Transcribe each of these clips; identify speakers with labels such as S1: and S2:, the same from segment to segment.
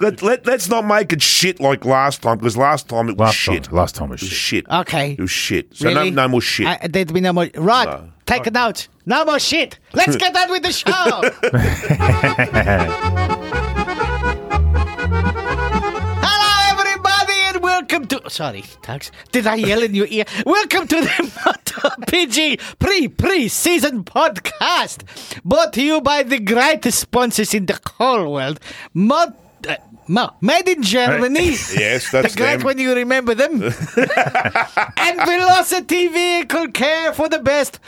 S1: Let, let, let's not make it shit like last time because last time it was
S2: Last
S1: shit.
S2: time, last time was
S1: It was
S2: shit.
S1: shit.
S3: Okay.
S1: It was shit. So
S3: Really?
S1: no, no more shit.
S3: I, there'd be no more. Right. Take it out. No more shit. Let's get on with the show. Hello, everybody, and welcome to. Sorry, Tux. Did I yell in your ear? Welcome to the Motor PG pre pre season podcast, brought to you by the greatest sponsors in the whole world, Mot- uh, Mo- Made in Germany.
S1: yes, that's
S3: the great
S1: them.
S3: when you remember them. and Velocity Vehicle Care for the best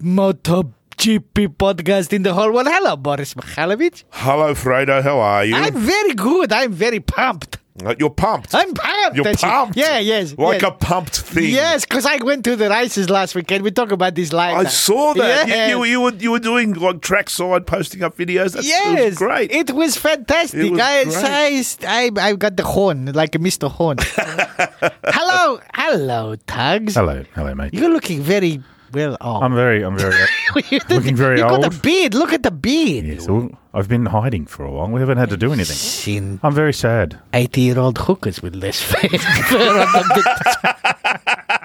S3: MotoGP podcast in the whole world. Hello, Boris Mikhailovich.
S1: Hello, Fredo. How are you?
S3: I'm very good. I'm very pumped.
S1: Uh, You're pumped.
S3: I'm pumped.
S1: You're
S3: That's it.
S1: pumped.
S3: Yeah, yes.
S1: Like
S3: yes.
S1: a pumped thing.
S3: Yes, because I went to the races last weekend. We talk about this later.
S1: I saw that. You-
S3: Yes.
S1: You, you, were, you were doing like trackside, posting up videos. That's,
S3: Yes,
S1: It was great.
S3: It was fantastic.
S1: It was
S3: I,
S1: great.
S3: I, I, I got the horn, like Mr. Horn. hello, hello, Tugs.
S2: Hello, hello, mate.
S3: You're looking very well off.
S2: I'm very, I'm very.
S3: You
S2: looking very
S3: you got a
S2: old.
S3: beard. Look at the beard.
S2: yes, well, I've been hiding for a while. We haven't had to do anything.
S3: Seen
S2: I'm very sad.
S3: eighty-year-old hookers with less fur on the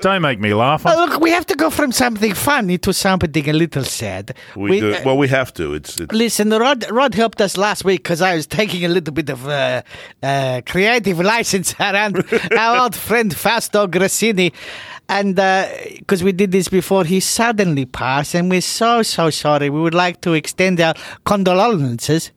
S2: Don't make me laugh. I'm-
S3: Oh, Look, we have to go from something funny to something a little sad.
S1: We, do.
S3: uh,
S1: well, we have to. It's, it's
S3: Listen, Rod, Rod helped us last week because I was taking a little bit of uh, uh, creative license around our old friend Fausto Grassini. And because we did this before, he suddenly passed, and we're so, so sorry. We would like to extend our condolences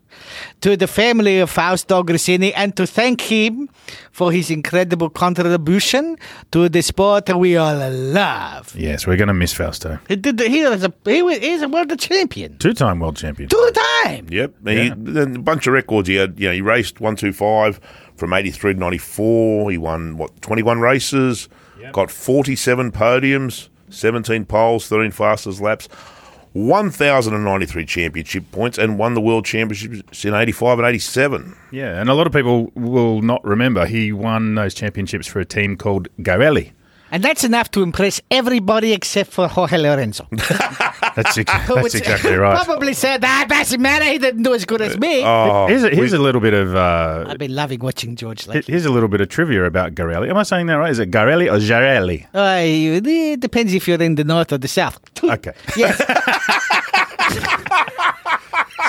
S3: to the family of Fausto Grassini and to thank him for his incredible contribution to the sport we all love.
S2: yes, we're going to miss Fausto.
S3: He, did, he, was a, he was he's a world champion
S2: Two-time world champion.
S3: two times.
S1: Yep. He,
S2: Yeah.
S1: then a bunch of records. He had, you know, he raced 125 from 83 to 94. He won, what, 21 races, got 47 podiums, 17 poles, 13 fastest laps, 1,093 championship points, and won the world championships in 85 and 87.
S2: Yeah, and a lot of people will not remember he won those championships for a team called Goelli.
S3: And that's enough to impress everybody except for Jorge Lorenzo.
S2: That's, ex-
S3: who
S2: that's
S3: would
S2: exactly right. Uh,
S3: Probably said, ah, doesn't matter, he didn't do as good as me.
S1: Oh,
S2: Here's a, here's a little bit of uh,
S3: I've been loving watching George
S2: he-
S3: lately.
S2: here's a little bit of trivia about Goelli. Am I saying that right? Is it Goelli or Jarelli?
S3: Uh, it depends if you're in the north or the south.
S2: Okay.
S3: Yes.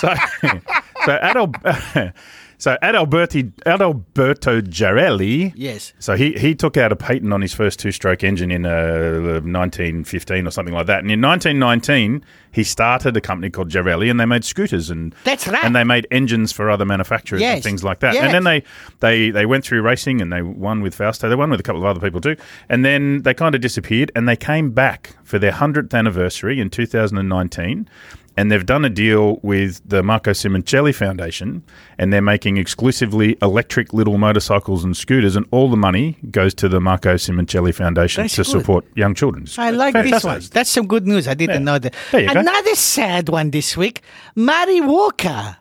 S2: So, so Adal, so Adalberti, Adalberto Jarelli.
S3: Yes.
S2: So he, he took out a patent on his first two stroke engine in uh, 1915 or something like that. And in 1919, he started a company called Jarelli and they made scooters and
S3: That's right.
S2: And they made engines for other manufacturers and
S3: Yes.
S2: things like that. And
S3: Yes.
S2: then they, they they went through racing and they won with Fausto. They won with a couple of other people too. And then they kind of disappeared and they came back for their 100th anniversary in 2019. And they've done a deal with the Marco Simoncelli Foundation, and they're making exclusively electric little motorcycles and scooters, and all the money goes to the Marco Simoncelli Foundation
S3: That's
S2: to
S3: good.
S2: support young children.
S3: I like this one.
S2: Fantastic.
S3: That's some good news. I didn't know that.
S2: There you go.
S3: Another sad one this week. Murray Walker.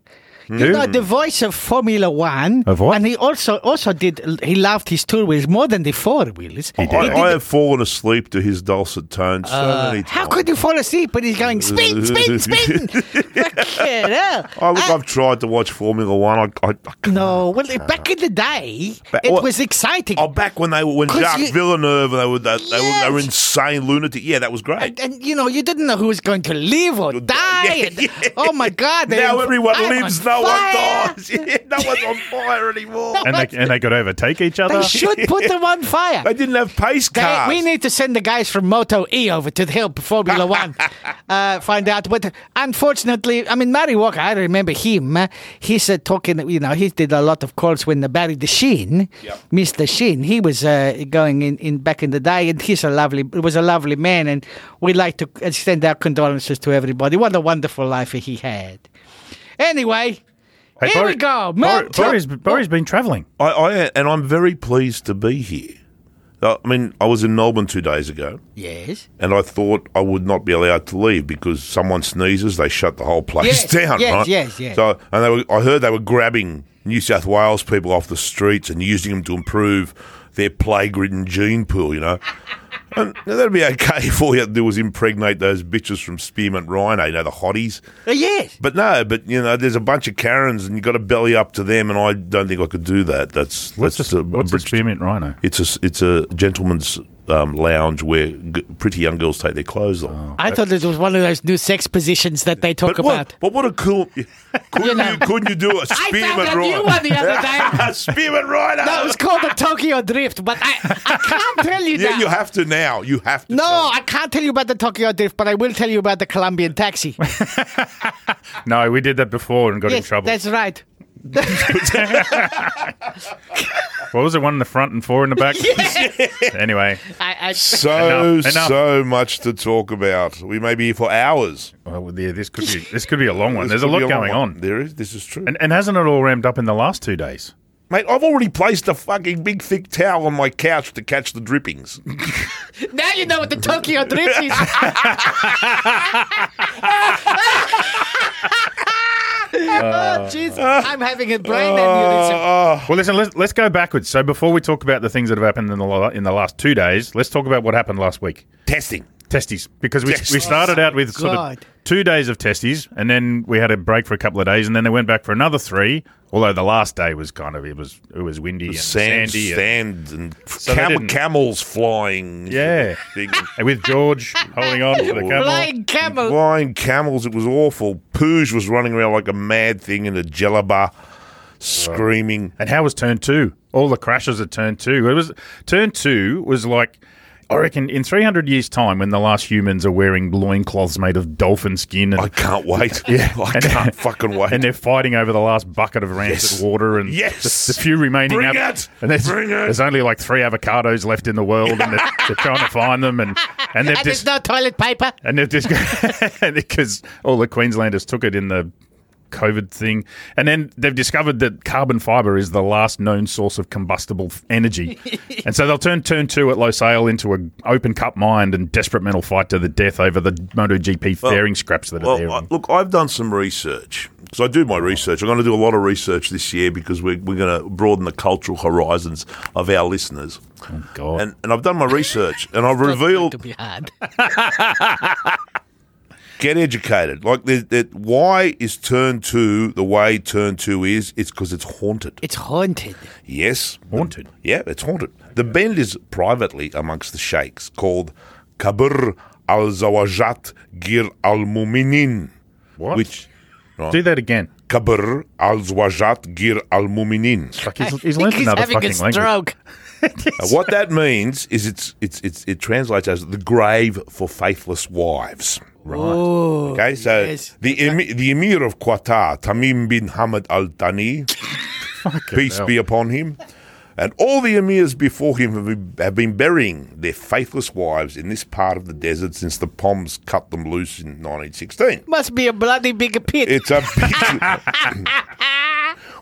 S3: You
S2: Who?
S3: know the voice of Formula One,
S2: Hmm. Of what?
S3: and he also also did. He loved his two wheels more than the four wheels. He Uh,
S1: I, I have fallen asleep to his dulcet tones so many times.
S3: How could you fall asleep when he's going spin, spin, spin? Fucking hell.
S1: Oh, look,
S3: I-
S1: I've tried to watch Formula One. I, I, I can't.
S3: Ah! no, well, back in the day,
S1: But
S3: it
S1: what-
S3: was exciting.
S1: Oh, back when they were when
S3: 'Cause
S1: Jacques
S3: you-
S1: Villeneuve, they were they, they were they were
S3: Yes.
S1: insane lunatic. Yeah, that was great.
S3: And, and, you know, you didn't know who was going to live or die.
S1: yeah,
S3: and-
S1: yeah.
S3: Oh my God!
S1: Now
S3: they're-
S1: everyone
S3: I'm
S1: lives,
S3: on
S1: no one
S3: fire.
S1: dies. Yeah, no one's on fire anymore.
S2: And they, and they could overtake each other.
S3: They should put them on fire.
S1: They didn't have pace
S3: They-
S1: cars.
S3: we need to send the guys from Moto E over to help Formula One uh, find out. But unfortunately, I mean, Murray Walker, I remember him. uh, He's uh, talking, you know, he did a lot of calls when uh, Barry the Sheen, Mr. Sheen, he was uh, going in, in back in the day, and he's a lovely, was a lovely man. And we'd like to extend our condolences to everybody. What a wonderful life he had. Anyway,
S2: Hey,
S3: here
S2: Boris-
S3: we go.
S2: Boris,
S3: Moto-
S2: Boris, Boris been travelling.
S1: I, I and I'm very pleased to be here. Uh, I mean, I was in Melbourne two days ago,
S3: Yes.
S1: and I thought I would not be allowed to leave because someone sneezes, they shut the whole place
S3: Yes,
S1: down.
S3: yes,
S1: right?
S3: yes, yes.
S1: So, and they were, I heard they were grabbing New South Wales people off the streets and using them to improve their plague-ridden gene pool, you know. And that'd be okay if all you had to do was impregnate those bitches from Spearmint Rhino, you know, the hotties.
S3: Uh, yes.
S1: But no, but you know, there's a bunch of Karens, and you got to belly up to them, and I don't think I could do that. That's
S2: What's
S1: that's
S2: a, what's a spearmint rhino?
S1: It's a it's a gentleman's um, lounge where g- pretty young girls take their clothes off.
S3: I thought this was one of those new sex positions that they Oh. talk
S1: Uh, But what,
S3: about.
S1: but what a cool! Could you,
S3: know.
S1: could you do a
S3: I found
S1: spearmint
S3: a new
S1: rider?
S3: one the other day.
S1: spearmint rider.
S3: That was called the Tokyo Drift, but I, I can't tell you
S1: yeah,
S3: that.
S1: you have to now. You have to.
S3: no,
S1: tell me.
S3: I can't tell you about the Tokyo Drift, but I will tell you about the Colombian taxi.
S2: No, we did that before and got in
S3: yes,
S2: trouble.
S3: that's right.
S2: What was it? One in the front and four in the back. anyway,
S3: I, I,
S1: So
S2: Enough, enough.
S1: so much to talk about. We may be here for hours.
S2: well, yeah, this could be this could be a long one.
S1: This
S2: There's a
S1: could be
S2: lot going
S1: long one.
S2: on,
S1: There is. This is true.
S2: and and hasn't it all ramped up in the last two days?
S1: Mate, I've already placed a fucking big thick towel on my couch to catch the drippings.
S3: now you know what the Tokyo Drift is.
S2: Uh,
S3: oh, Jesus. I'm having a brain aneurysm.
S1: Ah,
S2: Well, listen, let's, let's go backwards. So before we talk about the things that have happened in the la- in the last two days, let's talk about what happened last week.
S1: Testing.
S2: Testies, because we,
S1: Testies.
S2: we started out with sort of
S3: God.
S2: two days of testies, and then we had a break for a couple of days, and then they went back for another three. Although the last day was kind of it was it was windy and
S1: Sand,
S2: sandy, and-
S1: sand, and
S2: they
S1: cam-
S2: didn't-
S1: camels flying.
S2: Yeah.
S1: Big-
S2: and with George holding on to the camel.
S3: Flying camel.
S1: flying camels. It was awful. Pooj was running around like a mad thing in a jellaba, screaming.
S2: And how was turn two? All the crashes at turn two. It was turn two was like I reckon in three hundred years' time when the last humans are wearing loincloths made of dolphin skin and
S1: I can't wait. yeah, I can't fucking wait.
S2: and they're fighting over the last bucket of rancid
S1: Yes.
S2: water and
S1: Yes.
S2: the, the few remaining.
S1: Bring
S2: avo-
S1: it.
S2: And there's,
S1: Bring it.
S2: there's only like three avocados left in the world, and they're, they're trying to find them, and and they've
S3: And there's
S2: just
S3: no toilet paper.
S2: and they've just because all the Queenslanders took it in the COVID thing, and then they've discovered that carbon fibre is the last known source of combustible f- energy, and so they'll turn turn two at Losail into an open cup mind and desperate mental fight to the death over the MotoGP fairing scraps that are there.
S1: Well, I-
S2: And-
S1: look, I've done some research because I do my research. I'm going to do a lot of research this year because we're, we're going to broaden the cultural horizons of our listeners.
S2: Oh, God.
S1: And, and I've done my research and I've revealed
S3: To be hard.
S1: get educated. Like, the, the, why is turn two the way turn two is? It's because it's haunted.
S3: It's haunted.
S1: Yes.
S2: Haunted?
S1: yeah, it's haunted. The bend is privately amongst the sheikhs called Kabir al Zawajat Gir al Muminin.
S2: What?
S1: Which.
S2: Do that again.
S1: Kabir al Zawajat Gir al Muminin.
S2: Like he's,
S3: I
S2: he's
S3: think
S2: learned
S3: he's
S2: another
S3: having
S2: fucking
S3: a
S2: language.
S3: stroke.
S1: Now, Uh, what that means is it's, it's it's it translates as the grave for faithless wives. Okay, so
S3: yes.
S1: the emi- the emir of Qatar, Tamim bin Hamad Al Thani, peace be upon him, and all the emirs before him have been, have been burying their faithless wives in this part of the desert since the Poms cut them loose in 1916.
S3: Must be a bloody big pit.
S1: It's a big.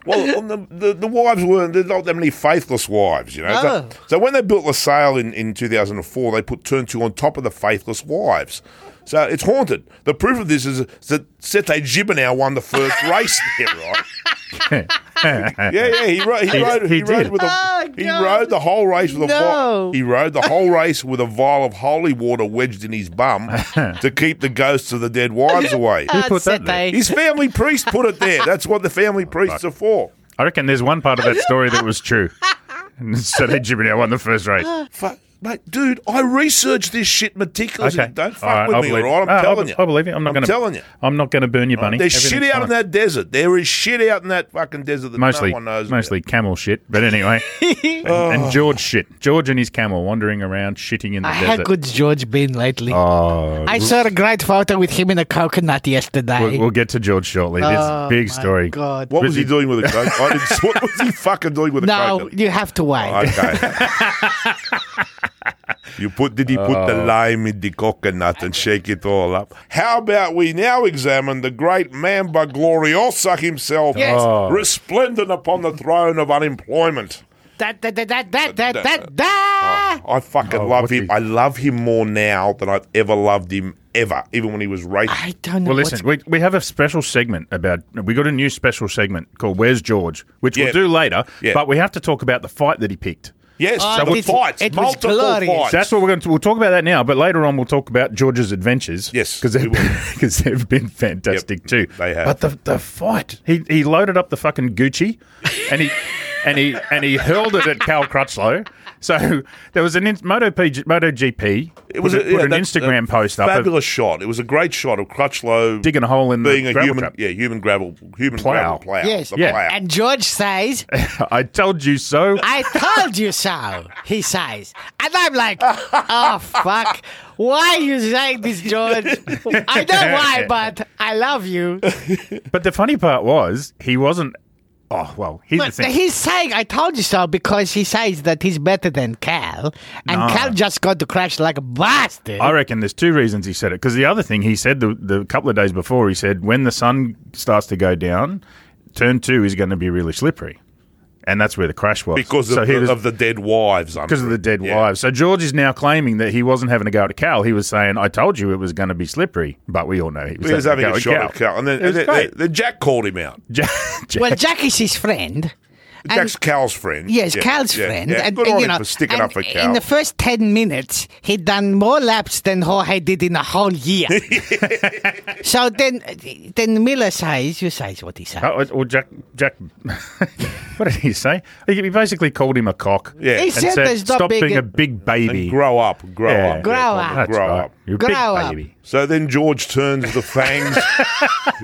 S1: well, on the, the the wives weren't there's not that many faithless wives, you know. So,
S3: Oh.
S1: so when they built the sale in in two thousand and four, they put turn two on top of the faithless wives. So it's haunted. The proof of this is that Sete Gibbonow won the first race there, right? Yeah, yeah, he rode. He,
S2: He-
S1: rode, he,
S2: he
S1: rode
S2: did.
S1: with a.
S3: Oh,
S1: he
S3: God.
S1: rode the whole race with a.
S3: No.
S1: vial. He rode the whole race with a vial of holy water wedged in his bum to keep the ghosts of the dead wives away.
S3: Who
S2: put that there?
S1: His family priest put it there. That's what the family priests are for.
S2: I reckon there's one part of that story that was true. And so they Jimmy won the first race.
S1: Fuck, mate, dude, I researched this shit meticulously.
S2: Okay.
S1: Don't fuck
S2: All right,
S1: with
S2: I
S1: me, all
S2: believe- Ah,
S1: right? I'm
S2: I- I-
S1: telling you.
S2: I believe you. I'm not
S1: I'm
S2: gonna
S1: telling you.
S2: I'm not gonna burn your bunny.
S1: There's shit
S2: Everything's
S1: out in
S2: fine.
S1: that desert. There is shit out in that fucking desert that
S2: Mostly
S1: no one knows. about. Oh.
S2: mostly camel shit, but anyway. and, and George shit. George and his camel wandering around shitting in the
S3: I
S2: desert.
S3: had good George been lately.
S2: Oh,
S1: Oh.
S3: I saw a great photo with him in a coconut yesterday.
S2: We'll, we'll get to George shortly. This
S3: Oh,
S2: big
S3: my
S2: story.
S3: God.
S1: What was he
S2: Busy-
S1: doing with a coke? I didn't, what was he fucking doing with a
S3: no,
S1: coke?
S3: you have to
S2: Oh,
S3: wait.
S1: Okay. you put did he put
S2: Uh.
S1: the lime in the coconut and shake it all up? How about we now examine the great Mamba Gloriosa himself,
S3: Yes. Oh.
S1: resplendent upon the throne of unemployment?
S3: that, that, that, that, that, that, that, that.
S1: I fucking
S2: Oh,
S1: love
S2: what's
S1: him.
S2: he-
S1: I love him more now than I've ever loved him ever, even when he was raped.
S3: I don't know.
S2: Well,
S3: what's-
S2: listen, we, we have a special segment about. We got a new special segment called "Where's George," which
S1: Yeah.
S2: we'll do later.
S1: Yeah.
S2: But we have to talk about the fight that he picked.
S1: Yes,
S3: Oh,
S1: there were
S3: it-
S1: fights,
S3: it was
S1: multiple
S3: glorious.
S1: fights.
S2: So that's what we're going to. We'll talk about that now, but later on we'll talk about George's adventures.
S1: Yes,
S2: because
S1: we
S2: they've,
S1: will.
S2: because they've been fantastic
S1: Yep,
S2: too.
S1: they have.
S2: But the, the fight, he he loaded up the fucking Gucci, and he and he and he hurled it at Cal Crutchlow. So there was an in, Moto PG, Moto GP.
S1: It was
S2: put,
S1: a-
S2: put
S1: yeah,
S2: an
S1: that-
S2: Instagram
S1: a
S2: post up of
S1: Fabulous shot. It was a great shot of Crutchlow
S2: digging a hole in
S1: Mm. being
S2: the
S1: a
S2: gravel
S1: human,
S2: trap.
S1: yeah, human gravel, human
S2: Plough.
S1: gravel plough.
S3: Yes.
S1: the
S2: Yeah.
S1: plough.
S3: And George says,
S2: I told you so.
S3: I told you so, he says. And I'm like, oh, fuck. Why you saying this, George? I know why, but I love you.
S2: But the funny part was he wasn't. Oh well, here's
S3: But
S2: the thing.
S3: he's saying, I told you so, because he says that he's better than Cal. And Cal just got to crash like a bastard.
S2: I reckon there's two reasons he said it. Because the other thing he said the, the couple of days before, he said when the sun starts to go down, turn two is going to be really slippery, and that's where the crash was
S1: because of,
S2: So he
S1: the,
S2: was-
S1: of the dead wives.
S2: because of the dead wives. So George is now claiming that he wasn't having a go at Cal. He was saying, "I told you it was going to be slippery," but we all know he was,
S1: He was having a shot
S2: go
S1: at Cal, and then,
S2: It was
S1: and then-
S2: great.
S1: then Jack called him out.
S2: Jack- Jack-
S3: well, Jack is his friend.
S1: Jack's Cal's friend.
S3: Yes,
S1: Yeah,
S3: Cal's
S1: yeah,
S3: friend.
S1: Yeah.
S3: And,
S1: Good
S3: and,
S1: on
S3: you
S1: him
S3: know,
S1: for sticking
S3: and
S1: up for Cal.
S3: In the first 10 minutes, he'd done more laps than Jorge did in a whole year. so then then Miller says, you says what he said.
S2: Oh, well, Jack, Jack, what did he say? He basically called him a cock.
S1: Yeah. He
S2: and
S3: said there's not
S2: stop
S3: big-
S2: being a big baby.
S1: grow up, grow
S2: Yeah.
S1: up,
S3: Grow
S1: Yeah,
S3: up.
S1: Tommy,
S2: That's
S1: grow
S2: right.
S1: up.
S2: You're a
S3: Grow
S2: big
S3: up.
S2: baby.
S1: So then George turns the fangs.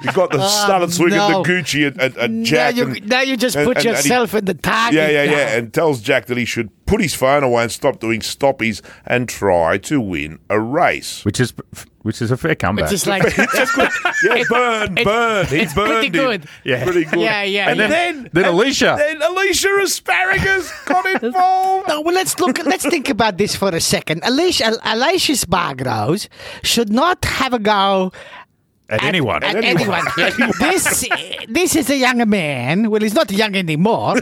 S1: he got the started swinging
S3: Oh, no.
S1: the Gucci at, at, at Jack.
S3: now, you,
S1: and-
S3: now you just
S1: and-
S3: put
S1: and- and he-
S3: yourself in the target.
S1: yeah, yeah,
S3: now.
S1: yeah, and tells Jack that he should put his phone away and stop doing stoppies and try to win a race.
S2: which is which is a fair comeback.
S3: It's just like,
S1: Yeah, burn, burn. He
S3: it's
S1: burned
S3: pretty
S1: him.
S3: good.
S2: Yeah.
S1: pretty good.
S3: Yeah, yeah,
S1: And
S3: yeah.
S1: then,
S2: then
S1: and
S2: Alicia.
S1: then Alicia Asparagus got involved.
S3: no, well, let's look. Let's think about this for a second. Alicia, Alicia's Bagros should not have a go
S2: at, anyone.
S3: At anyone. this this is a young man. Well, he's not young anymore.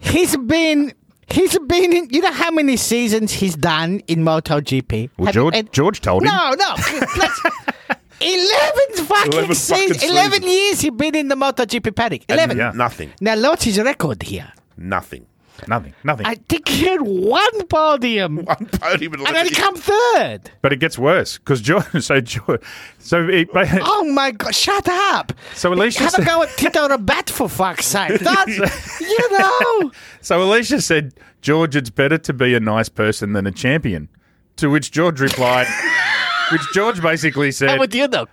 S3: he's been he's been in, you know how many seasons he's done in MotoGP.
S2: Well,
S3: Have-
S2: George,
S3: and-
S2: George told him.
S3: no, no. Let's, eleven
S1: 11
S3: fucking,
S1: fucking
S3: seasons.
S1: seasons.
S3: Eleven years he's been in the MotoGP paddock. Eleven.
S2: yeah.
S1: Nothing,
S3: Now, what's his record here?
S1: nothing.
S2: Nothing. Nothing.
S3: I think he had one podium,
S1: One podium and
S3: and then he come third.
S2: but it gets worse because George. So George. So he,
S3: Oh my god! Shut up.
S2: So Alicia
S3: have a
S2: said-
S3: go at Tito Rabat for fuck's sake. That's you know.
S2: so Alicia said, George, it's better to be a nice person than a champion. To which George replied, which George basically
S3: How
S2: said,
S3: would you know?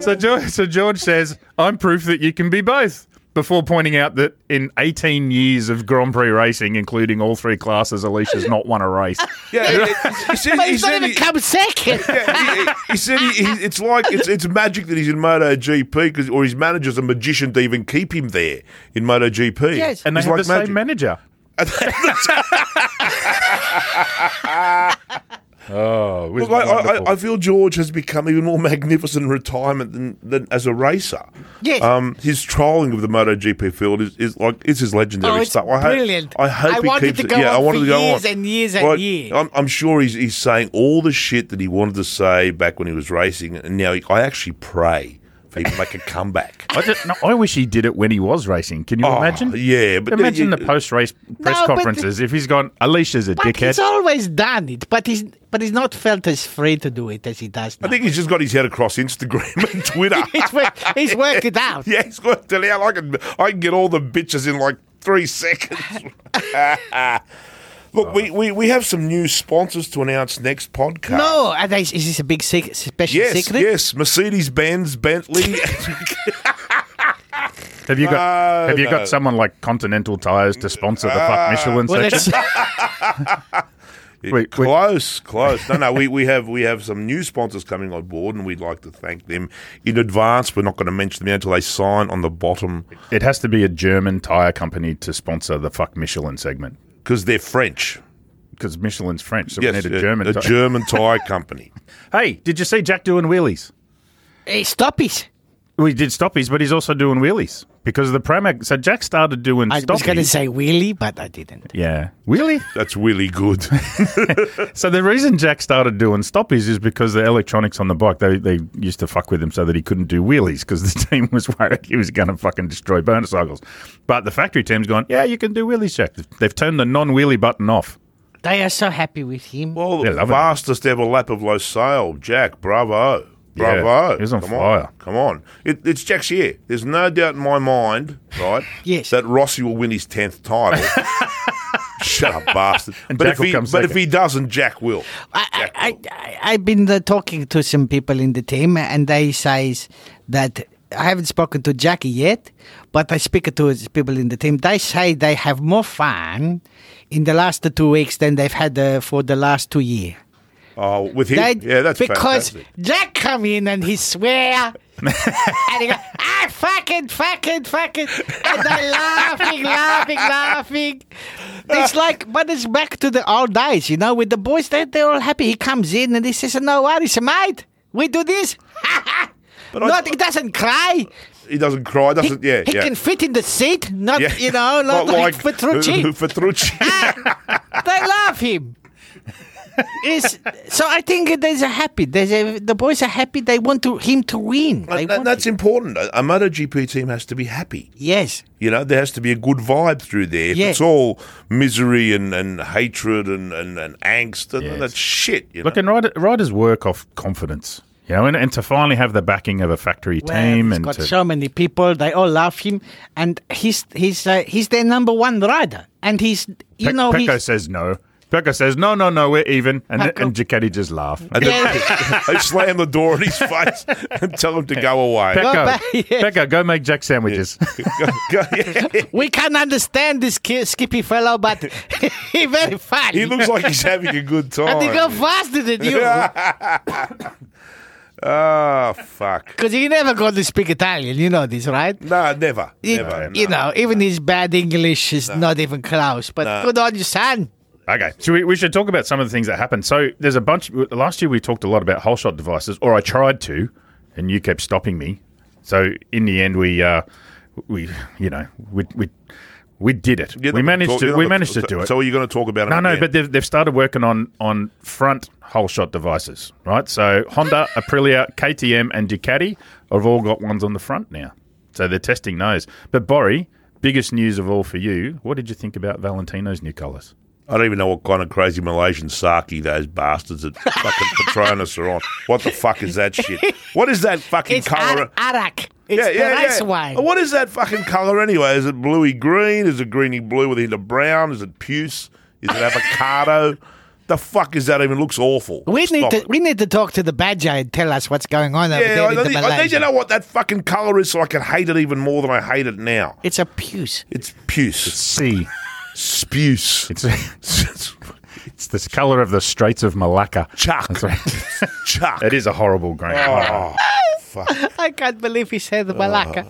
S2: So George, so George says, "I'm proof that you can be both." Before pointing out that in 18 years of Grand Prix racing, including all three classes, Alicia's not won a race.
S1: Yeah, he- he said-
S3: But
S1: he
S3: he's not
S1: said
S3: even
S1: he-
S3: come second.
S1: yeah, he- he- he said he, he, it's like it's it's magic that he's in MotoGP because or his manager's a magician to even keep him there in MotoGP.
S3: Yes.
S2: And they
S1: It's
S2: have
S1: like
S2: the
S1: magic.
S2: same manager. oh, it was
S1: Look, I, I,
S2: wonderful.
S1: I- I feel George has become even more magnificent in retirement than, than as a racer.
S3: Yes.
S1: Um, his trolling of the MotoGP field is, is like it's his legendary
S3: Oh, it's
S1: stuff. I
S3: brilliant.
S1: Hope, I hope
S3: I
S1: he
S3: wanted
S1: keeps
S3: to
S1: it-
S3: go
S1: yeah,
S3: on
S1: I wanted
S3: for
S1: to go
S3: years
S1: on.
S3: and years and
S1: Well,
S3: years.
S1: I'm, I'm sure he's, he's saying all the shit that he wanted to say back when he was racing, and now he, I actually pray for him to make a comeback.
S2: I, just, no, I wish he did it when he was racing. Can you
S1: Oh,
S2: imagine?
S1: yeah, but
S2: imagine
S1: then
S2: the
S1: you-
S2: post-race press
S3: No, but-
S2: conferences. if he's gone, Alicia's a
S3: but he's
S2: dickhead.
S3: always done it, but he's but he's not felt as free to do it as he does now.
S1: I think he's just got his head across Instagram and Twitter.
S3: he's, worked, he's worked it out.
S1: yeah, he's got to out. I can, I can get all the bitches in like three seconds. Look, we, we, we have some new sponsors to announce next podcast.
S3: No, Oh, and is, is this a big sec- special
S1: Yes,
S3: secret?
S1: yes. Mercedes Benz, Bentley.
S2: Have you got?
S1: No,
S2: have you
S1: no. Uh,
S2: got someone like Continental Tires to sponsor the fuck Michelin
S3: Well,
S2: section?
S3: let's,
S2: Wait, wait.
S1: close, close. No, no, we, we have we have some new sponsors coming on board, and we'd like to thank them in advance. We're not going to mention them now until they sign on the bottom
S2: It has to be a German tire company to sponsor the fuck Michelin segment
S1: because they're French.
S2: because Michelin's French, so
S1: Yes,
S2: we need a German.
S1: a
S2: tire-
S1: German tire company.
S2: hey, did you see Jack doing wheelies?
S3: hey, stop it.
S2: Well, he did stoppies, but he's also doing wheelies because of the Pramac. So Jack started doing
S3: I was going to
S2: stoppies.
S3: say wheelie, but I didn't.
S2: yeah, wheelie.
S1: That's really good.
S2: So the reason Jack started doing stoppies is because the electronics on the bike they, they used to fuck with him so that he couldn't do wheelies because the team was worried he was going to fucking destroy bonus cycles. But the factory team's gone, yeah, you can do wheelies, Jack. They've turned the non-wheelie button off.
S3: They are so happy with him.
S1: Well,
S2: They're
S1: the
S2: loving it.
S1: fastest ever lap of Los Sale, Jack. Bravo.
S2: Yeah,
S1: Bravo.
S2: he was on
S1: Come
S2: fire.
S1: On. Come on. It, it's Jack's year. There's no doubt in my mind, right?
S3: Yes.
S1: That Rossi will win his 10th title. Shut up, bastard.
S2: And
S1: But,
S2: Jack
S1: if
S2: will
S1: he,
S2: come
S1: but if
S2: second.
S1: he doesn't, Jack will.
S3: I, I, I, I've been uh, talking to some people in the team, and they says that I haven't spoken to Jackie yet, but I speak to his people in the team. They say they have more fun in the last two weeks than they've had uh, for the last two years.
S1: Oh, with him? yeah, that's
S3: because
S1: fantastic.
S3: Jack come in and he swear. and he go, ah, fucking, fucking, fucking. And they're laughing, laughing, laughing. It's like, but it's back to the old days, you know, with the boys, they, they're all happy. He comes in and he says, no worries, mate. We do this.
S1: But I-
S3: Not, he doesn't cry.
S1: He doesn't cry,
S3: He,
S1: doesn't yeah,
S3: he
S1: yeah.
S3: can fit in the seat, not,
S1: yeah.
S3: you know, not like, Petrucci.
S1: Petrucci.
S3: they love him. It's, so I think there's a happy. There's a, the boys are happy. They want to, him to win. They
S1: And that-
S3: want
S1: that's
S3: him.
S1: important. A, a MotoGP team has to be happy.
S3: Yes.
S1: You know, there has to be a good vibe through there. If
S3: Yeah.
S1: It's all misery and, and hatred and, and, and angst and
S2: Yes.
S1: that's shit. You know?
S2: Look, and rider, riders work off confidence, you know, and, and to finally have the backing of a factory team
S3: he's
S2: and
S3: got
S2: to,
S3: so many people. They all love him, and he's he's uh, he's their number one rider. And he's you
S2: Pe-
S3: know
S2: Pecco
S3: he's
S2: says no. Pecco says no, no, no, we're even, and
S3: Pecco-
S2: and Ducati just laugh.
S1: and then
S3: yeah.
S1: they slam the door in his face and tell him to go away.
S2: Pecco,
S3: back- yeah.
S2: Pecco, go make Jack sandwiches.
S1: Go- go- yeah.
S3: we can understand this ki- skippy fellow, but he very funny.
S1: He looks like he's having a good
S3: and he go
S1: time.
S3: faster than you
S1: Ah, fuck.
S3: because he never going to speak Italian. You know this, right?
S1: No, never.
S3: He-
S1: never.
S3: you
S1: no.
S3: know, even his bad English is not even close. But good on you, son.
S2: Okay, so we, we should talk about some of the things that happened. So there's a bunch. Last year we talked a lot about whole shot devices, or I tried to, and you kept stopping me. So in the end, we uh, we you know we we we did it.
S1: You're
S2: we
S1: not
S2: managed
S1: talk-
S2: to
S1: you're
S2: we
S1: not-
S2: managed to
S1: so-
S2: do it.
S1: So are you going to talk about it?
S2: no, no,
S1: again?
S2: but they've, they've started working on on front whole shot devices, right? So Honda, Aprilia, KTM, and Ducati have all got ones on the front now. So they're testing those. But Bori, biggest news of all for you. What did you think about Valentino's new colours?
S1: I don't even know what kind of crazy Malaysian sake those bastards at fucking Patronus are on. What the fuck is that shit? What is that fucking
S3: It's
S1: colour?
S3: Ar- Arak. It's the nice wine.
S1: What is that fucking colour anyway? Is it bluey green? Is it greeny blue with a hint of brown? Is it puce? Is it avocado? the fuck is that even? Looks awful.
S3: We need
S1: Stop
S3: to
S1: it.
S3: we need to talk to the badger and tell us what's going on over
S1: Yeah,
S3: there
S1: I,
S3: in the
S1: need, I need
S3: Malaysia.
S1: to know what that fucking colour is so I can hate it even more than I hate it now.
S3: It's a puce.
S1: It's puce.
S2: C.
S1: Spuce.
S2: It's it's the color of the Straits of Malacca.
S1: Chuck.
S2: That's right.
S1: Chuck.
S2: It is a horrible grain.
S1: Oh, fuck.
S3: I can't believe he said Malacca.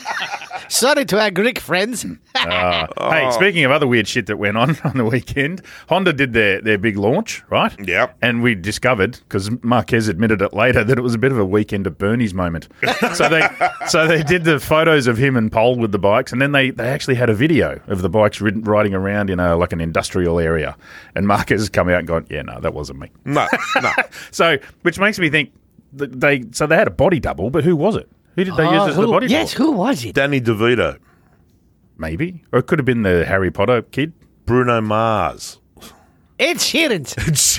S3: Sorry to our Greek friends. Oh.
S2: Hey, speaking of other weird shit that went on on the weekend, Honda did their, their big launch, right?
S1: Yep.
S2: And we discovered because Marquez admitted it later that it was a bit of a weekend at Bernie's moment. so they so they did the photos of him and Pole with the bikes, and then they, they actually had a video of the bikes ridden, riding around in a like an industrial area, and Marquez has come out and gone, yeah, no, that wasn't me.
S1: No, no.
S2: So, which makes me think th- they so they had a body double, but who was it? Who did they use as
S3: Uh, Ah, who,
S2: the body
S3: yes,
S2: double?
S3: who was it?
S1: Danny DeVito.
S2: Maybe, or it could have been the Harry Potter kid.
S1: Bruno Mars.
S3: Ed Sheeran.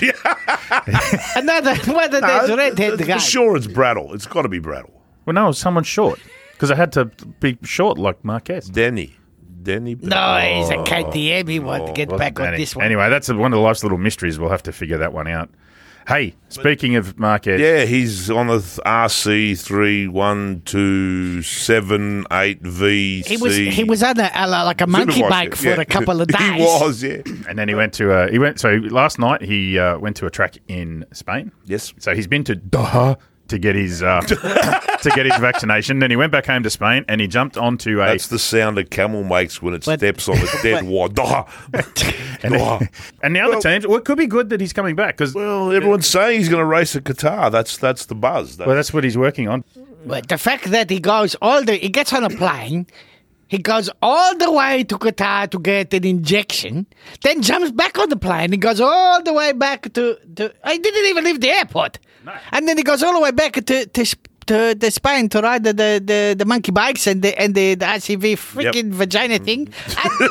S1: yeah,
S3: Another one of those redhead
S1: for
S3: guys.
S1: sure it's Brattle. It's got to be Brattle.
S2: Well, no, it was someone short because I had to be short like Marquez.
S1: Denny. Denny.
S3: No, he's a
S1: Oh.
S3: KTM. He wanted to get
S2: Wasn't
S3: back on
S2: Danny.
S3: this one.
S2: Anyway, that's one of life's little mysteries. We'll have to figure that one out. Hey, speaking of Marquez,
S1: Yeah, he's on the RC three one two seven eight V.
S3: He was he was on a, a- like a monkey bike for a couple of days.
S1: he was, yeah.
S2: and then he went to uh, he went so last night he uh, went to a track in Spain.
S1: Yes.
S2: So he's been to Doha, to get his uh, to get his vaccination. Then he went back home to Spain and he jumped onto a
S1: That's the sound a camel makes when it
S3: But-
S1: steps on its dead wad. Dah. Dah.
S2: and now the teams. Well, it could be good that he's coming back because
S1: well, everyone's saying he's going to race at Qatar. That's that's the buzz. That-
S2: well, that's what he's working on.
S3: But the fact that he goes all the he gets on a plane, he goes all the way to Qatar to get an injection, then jumps back on the plane and goes all the way back to to I didn't even leave the airport, and then he goes all the way back to to. Sp- to the Spain to ride the, the, the, the monkey bikes and the and the, the RCV freaking
S1: Mm-hmm.
S3: vagina thing. And-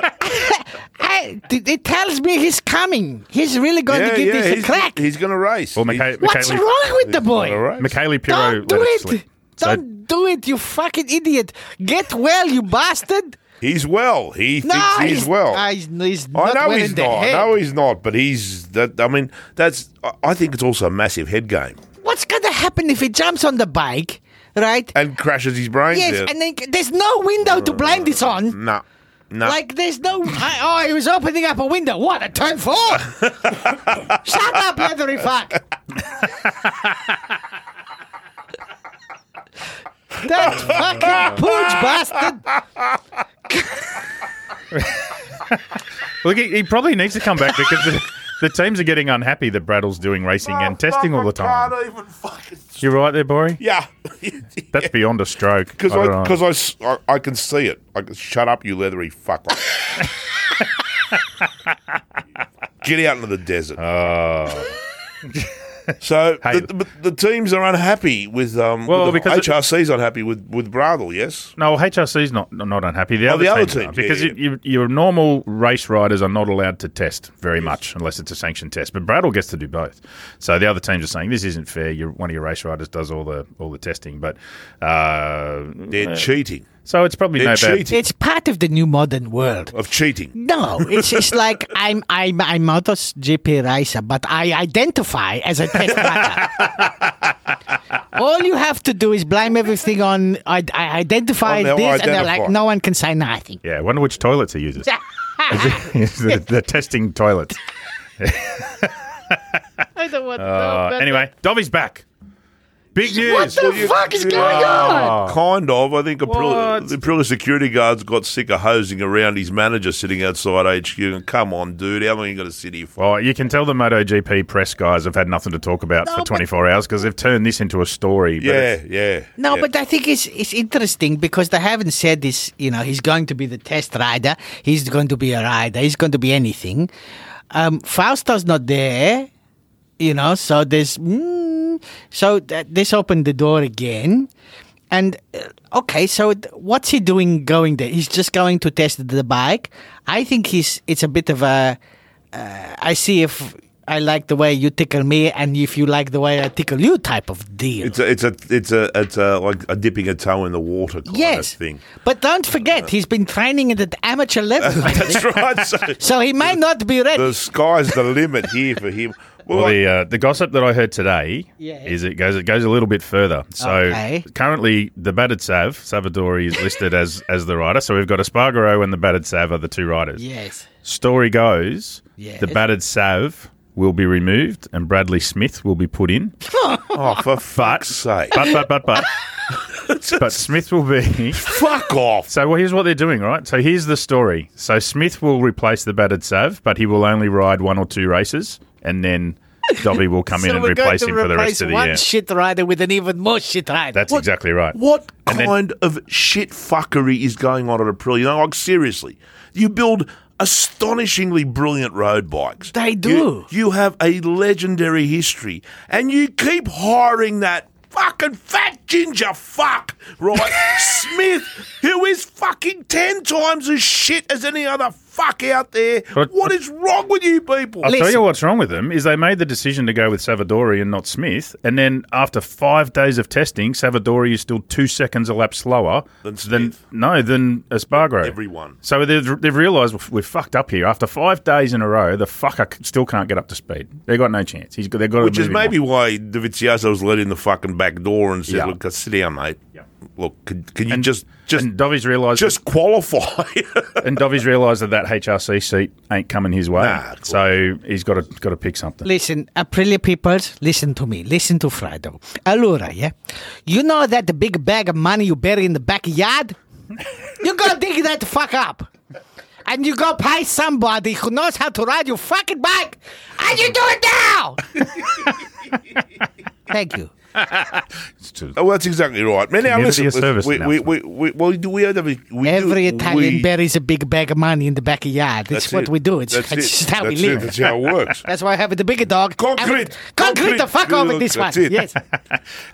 S3: I- it- it tells me he's coming. He's really going
S1: yeah,
S3: to give
S1: yeah,
S3: this
S1: he's,
S3: a crack.
S1: he's going to race.
S2: Well,
S1: He's-
S2: Michael,
S3: What's wrong with the
S1: he's
S3: boy?
S1: gonna race.
S2: Michael Piro
S3: Don't do
S2: let it
S3: it.
S2: slip. So-
S3: Don't do it, you fucking idiot. Get well, you bastard.
S1: He's well. He
S3: No,
S1: thinks he's, well.
S3: ah, he's, he's
S1: I
S3: not
S1: know
S3: well
S1: he's
S3: in the
S1: not.
S3: head.
S1: No, he's not. But he's that. I mean, that's. I- I think it's also a massive head game
S3: What's going to happen if he jumps on the bike, right?
S1: and crashes his brains
S3: yes,
S1: out.
S3: and then there's no window to blind this on.
S1: no, no.
S3: Like, there's no. I, oh, he was opening up a window. What, a turn four? Shut up, leathery fuck. that fucking pooch bastard.
S2: Look, he, he probably needs to come back because the, the teams are getting unhappy that Brattle's doing racing and testing all the time.
S1: Can't even fucking.
S2: You're right there, Bory.
S1: Yeah,
S2: That's beyond a stroke.
S1: because
S2: I don't
S1: I
S2: know.
S1: because I, s- I, I can see it. I can, shut up, you leathery fucker. Get out into the desert. so
S2: Oh. Hey.
S1: the, the, the teams are unhappy with um.
S2: Well,
S1: with the,
S2: because it-
S1: HRC's unhappy with with Bradle. Yes.
S2: No, well, HRC's not not unhappy. The
S1: Oh,
S2: other
S1: the other
S2: teams
S1: teams,
S2: are,
S1: yeah,
S2: because
S1: yeah.
S2: You, you, your normal race riders are not allowed to test very much unless it's a sanctioned test. But Bradle gets to do both. So the other teams are saying this isn't fair. Your one of your race riders does all the all the testing, but uh,
S1: They're cheating.
S2: so it's probably
S1: They're
S2: no bad.
S1: cheating.
S3: It's part of the new modern world.
S1: Of cheating.
S3: No, it's it's like I'm I'm I'm not a GP racer, but I identify as a test rider. All you have to do is blame everything on I, I identify
S1: On the
S3: as this, and they're like,
S1: identify.
S3: no one can say nothing.
S2: Yeah, I wonder which toilets he uses. the, the testing toilets.
S3: I don't want to
S2: Uh, anyway, Dobby's back. Big news.
S3: Oh, what the fuck is going on?
S1: Kind of. I think April,
S2: Ah. What?
S1: the April security guards got sick of hosing around his manager sitting outside HQ. And come on, dude, how long you got to sit here for?
S2: Well, you can tell the MotoGP press guys have had nothing to talk about
S3: No,
S2: for
S3: but-
S2: 24 hours hours because they've turned this into a story. but it's-
S1: Yeah, yeah.
S3: No,
S1: yeah.
S3: but I think it's it's interesting because they haven't said this. You know, he's going to be the test rider. He's going to be a rider. He's going to be anything. Um, Fausto's not there. You know, so there's mm, so th- this opened the door again. And uh, okay, so th- what's he doing going there? He's just going to test the bike. I think he's it's a bit of a. Uh, I see if I like the way you tickle me, and if you like the way I tickle you, type of deal.
S1: It's a, it's a, it's a, it's a, like a dipping a toe in the water kind
S3: Yes.
S1: of thing.
S3: But don't
S2: Uh,
S3: forget, he's been training at the amateur level.
S1: That's right. So
S3: so he may not be ready.
S1: the sky's the limit here for him. Well,
S2: Well, the uh, the gossip that I heard today
S3: Yeah.
S2: is it goes it goes a little bit further. So
S3: Okay.
S2: currently, the battered Sav Savadori is listed as as the rider. So we've got Espargaro and the battered Sav are the two riders.
S3: Yes.
S2: Story goes,
S3: Yes.
S2: the battered Sav will be removed and Bradley Smith will be put in.
S1: oh, for fuck's sake.
S2: But but but but but Smith will be.
S1: Fuck off.
S2: So well, here's what they're doing, right? So here's the story. So Smith will replace the battered Sav, but he will only ride one or two races, and then Dobby will come in
S3: so
S2: and
S3: we're going
S2: replace
S3: to
S2: him for the
S3: replace
S2: rest of the
S3: one
S2: year.
S3: shit rider with an even more shit rider.
S2: That's exactly right.
S1: What
S2: then-
S1: kind of shit fuckery is going on at Aprilia? You know, like seriously, you build astonishingly brilliant road bikes.
S3: They
S1: You-
S3: do.
S1: You, have a legendary history, and you keep hiring that fucking fat ginger fuck, right, Smith, who is fucking ten times as shit as any other fuck out there.
S2: But-
S1: what is wrong with you people?
S2: I'll tell
S3: Listen.
S2: you what's wrong with them is they made the decision to go with Savadori and not Smith, and then after five days of testing, Savadori is still two seconds a lap slower
S1: Than Smith.
S2: no than Espargaro.
S1: Everyone.
S2: So they've, they've realised we've, we've fucked up here. After five days in a row, the fucker c- still can't get up to speed. They got no chance. He's got they've got to
S1: Which is
S2: move him on.
S1: maybe why Davizioso's let in the fucking back door and said,
S2: Yeah.
S1: "Look, sit down, mate.
S2: Yeah.
S1: look, can, can you just just
S2: and Dovy's realised
S1: just qualify?
S2: and Dovy's realised that that HRC seat ain't coming his way.
S1: Nah, of
S2: so he's got to got to pick something.
S3: Listen, Aprilia people, listen to me. Listen to Fredo. Allura, yeah? You know that the big bag of money you bury in the backyard? you gonna dig that fuck up. And you go pay somebody who knows how to ride your fucking bike, and you do it now! Thank you.
S1: Oh, well, that's exactly right. Man, now
S2: Community
S1: listen,
S2: of service
S1: we, we, we, we, well, do we have a, we
S3: Every
S1: do,
S3: Italian
S1: we,
S3: buries a big bag of money in the backyard. That's,
S1: that's
S3: what
S1: it.
S3: we do. It's,
S1: That's
S3: it's
S1: it.
S3: just how
S1: That's
S3: we
S1: it.
S3: live.
S1: That's how it works.
S3: That's why I have the bigger dog.
S1: Concrete.
S3: I mean, concrete, the fuck
S1: Concrete.
S3: over this
S1: That's
S3: one.
S1: it.
S3: Yes.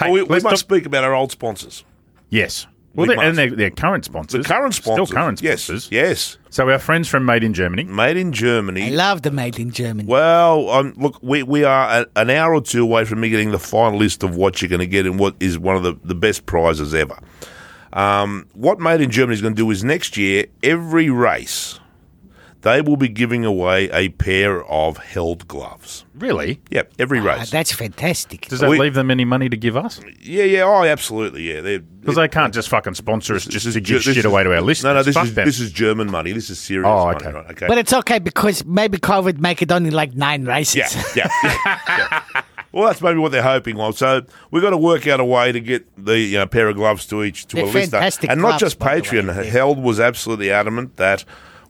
S1: Well, we, we
S2: let's
S1: must
S2: talk-
S1: speak about our old sponsors.
S2: Yes. Well,
S1: We
S2: they're, and
S1: must.
S2: they're, they're current sponsors.
S1: Current sponsors.
S2: Still current
S1: yes.
S2: sponsors.
S1: Yes.
S2: So our friends from Made in Germany.
S1: Made in
S3: I
S1: Germany.
S3: love the made in Germany.
S1: Well, um, look, we, we are a, an hour or two away from me getting the final list of what you're going to get and what is one of the, the best prizes ever. Um, what Made in Germany is going to do is next year, every race, they will be giving away a pair of held gloves.
S2: Really?
S1: Yep, every
S3: Ah,
S1: race.
S3: that's fantastic.
S2: Does that
S1: We-
S2: leave them any money to give us?
S1: yeah, yeah, oh, absolutely, yeah. They're,
S2: Because they can't just fucking sponsor us just to give
S1: this
S2: shit
S1: is-
S2: away to our listeners.
S1: No, no, this
S2: Fuck
S1: is
S2: them.
S1: this is German money. This is serious
S2: Oh,
S1: money,
S2: okay.
S1: right? Okay.
S3: But it's okay because maybe COVID make it only like nine races.
S1: yeah, yeah, yeah, yeah. Well, that's maybe what they're hoping of. So we've got to work out a way to get the you know, pair of gloves to each to
S3: They're
S1: a listener,
S3: fantastic
S1: and
S3: gloves,
S1: not just
S3: by the way,
S1: Patreon. Held was absolutely adamant that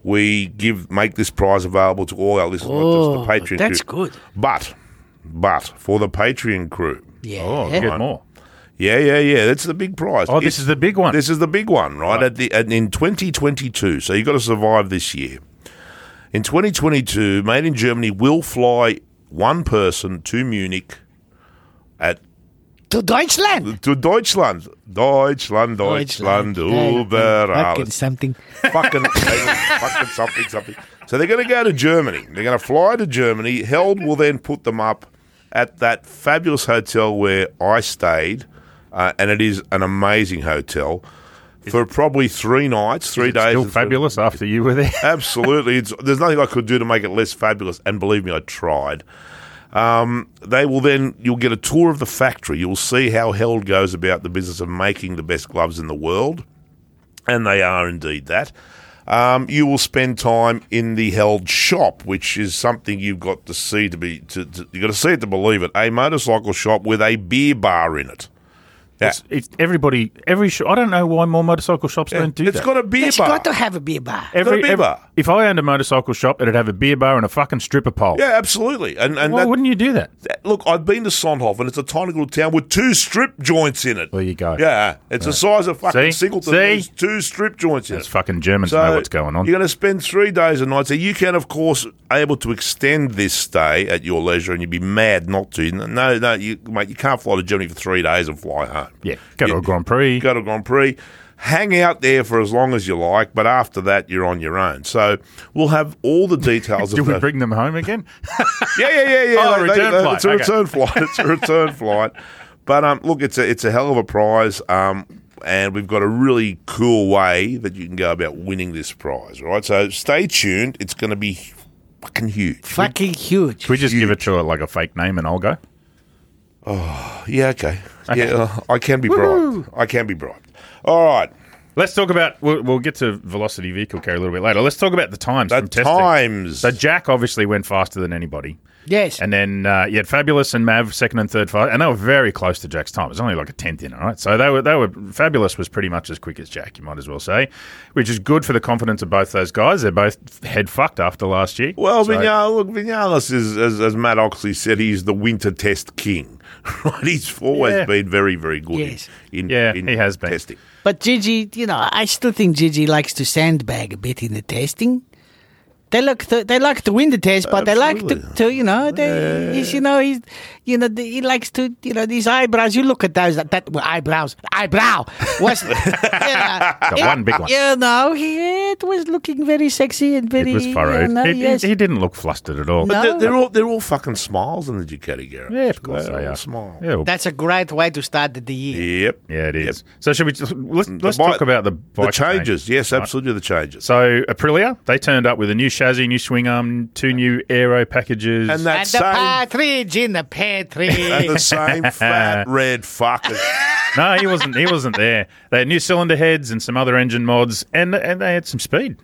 S1: we give make this prize available to all our listeners,
S3: Oh,
S1: not just the Patreon.
S3: that's
S1: crew.
S3: good.
S1: But, but for the Patreon crew,
S3: Yeah.
S2: Oh, you get more.
S1: yeah, yeah, yeah, that's the big prize.
S2: Oh, this
S1: It's-
S2: is the big one.
S1: This is the big one, right? At the at, in 2022, so you've got to survive this year. In 2022, Made in Germany will fly one person to Munich at
S3: To Deutschland.
S1: to Deutschland, Deutschland, Deutschland, überall.
S3: Fucking something.
S1: Fucking, fucking something, something. So they're going to go to Germany. They're going to fly to Germany. Held will then put them up at that fabulous hotel where I stayed, uh, and it is an amazing hotel for probably three nights, three days.
S2: Still
S1: and three-
S2: fabulous after you were there.
S1: Absolutely, it's, there's nothing I could do to make it less fabulous. And believe me, I tried. Um, they will then you'll get a tour of the factory. You'll see how Held goes about the business of making the best gloves in the world, and they are indeed that. Um, you will spend time in the Held shop, which is something you've got to see to be to, to you got to see it to believe it. A motorcycle shop with a beer bar in it. Yeah.
S2: It's, it's everybody, every sh- I don't know why more motorcycle shops don't do
S1: It's
S2: that.
S1: got a beer
S3: It's
S1: bar.
S3: got to have a beer bar.
S1: got a beer bar.
S2: If I owned a motorcycle shop, it'd have a beer bar and a fucking stripper pole.
S1: yeah, absolutely. And and
S2: Why
S1: that,
S2: wouldn't you do that?
S1: that- look, I've been to Sondhof and it's a tiny little town with two strip joints in it.
S2: There you go.
S1: Yeah, it's the size of fucking
S2: See?
S1: Singleton.
S2: See?
S1: There's two strip joints in
S2: It's
S1: it.
S2: fucking Germans know what's going on.
S1: You're going to spend three days and nights. So you can, of course, able to extend this stay at your leisure, and you'd be mad not to. No, no, you, mate, you can't fly to Germany for three days and fly home.
S2: yeah, go to a Grand Prix.
S1: Go to Grand Prix, hang out there for as long as you like, but after that, you're on your own. So we'll have all the details
S2: Do
S1: of
S2: we
S1: that.
S2: bring them home again?
S1: Yeah, yeah, yeah, yeah. uh,
S2: Oh, a return flight.
S1: It's a
S2: Okay.
S1: return flight. It's a return flight. But um, look, it's a it's a hell of a prize. Um, and we've got a really cool way that you can go about winning this prize. Right, so stay tuned. It's going to be fucking huge.
S3: Fucking huge.
S2: Can we just give it to a, like a fake name and I'll go?
S1: Yeah, okay. Yeah, uh, I can be bribed. I can be bribed. All right,
S2: Let's talk about. We'll, we'll get to velocity vehicle carry a little bit later. Let's talk about the times.
S1: the
S2: from testing.
S1: times.
S2: So Jack obviously went faster than anybody,
S3: Yes.
S2: and then uh, you had Fabulous and Mav second and third, fi- and they were very close to Jack's time. It was only like a tenth in, all right. So they were they were Fabulous was pretty much as quick as Jack. You might as well say, which is good for the confidence of both those guys. They're both head fucked after last year.
S1: Well,
S2: So-
S1: Vinales, look, Vinales is, as, as Matt Oxley said, he's the winter test king. Right? He's always
S2: Yeah.
S1: been very, very good in-
S3: Yes.
S1: in,
S2: Yeah,
S1: in
S2: he has been.
S1: testing.
S3: But Gigi, you know, I still think Gigi likes to sandbag a bit in the testing. They like to, they like to win the test, but they like to, to you know they he's, you know he's you know the, he likes to you know these eyebrows. You look at those that, that well, eyebrows eyebrow was yeah,
S2: The one big one.
S3: You know he, it was looking very sexy and very
S2: it was furrowed.
S3: You know,
S2: he, he-
S3: yes.
S2: he didn't look flustered at all.
S3: No.
S1: They're, they're all they're all fucking smiles in the Ducati garage.
S2: Yeah, of course
S1: They're
S2: they
S1: all
S2: are.
S1: Smile.
S2: Yeah, well,
S3: That's a great way to start the year.
S1: Yep.
S2: yeah, it is. So should we just, let's let's
S1: Mm, The bike-
S2: talk about the bike
S1: The changes, yes, absolutely the changes.
S2: So Aprilia, they turned up with a new chassis, new swing arm, two new aero packages.
S1: And that
S3: And the
S1: same
S3: partridge in the pear
S1: and
S3: tree.
S1: the same fat red fucker
S2: No, he wasn't. He wasn't there. They had new cylinder heads and some other engine mods, and and they had some speed.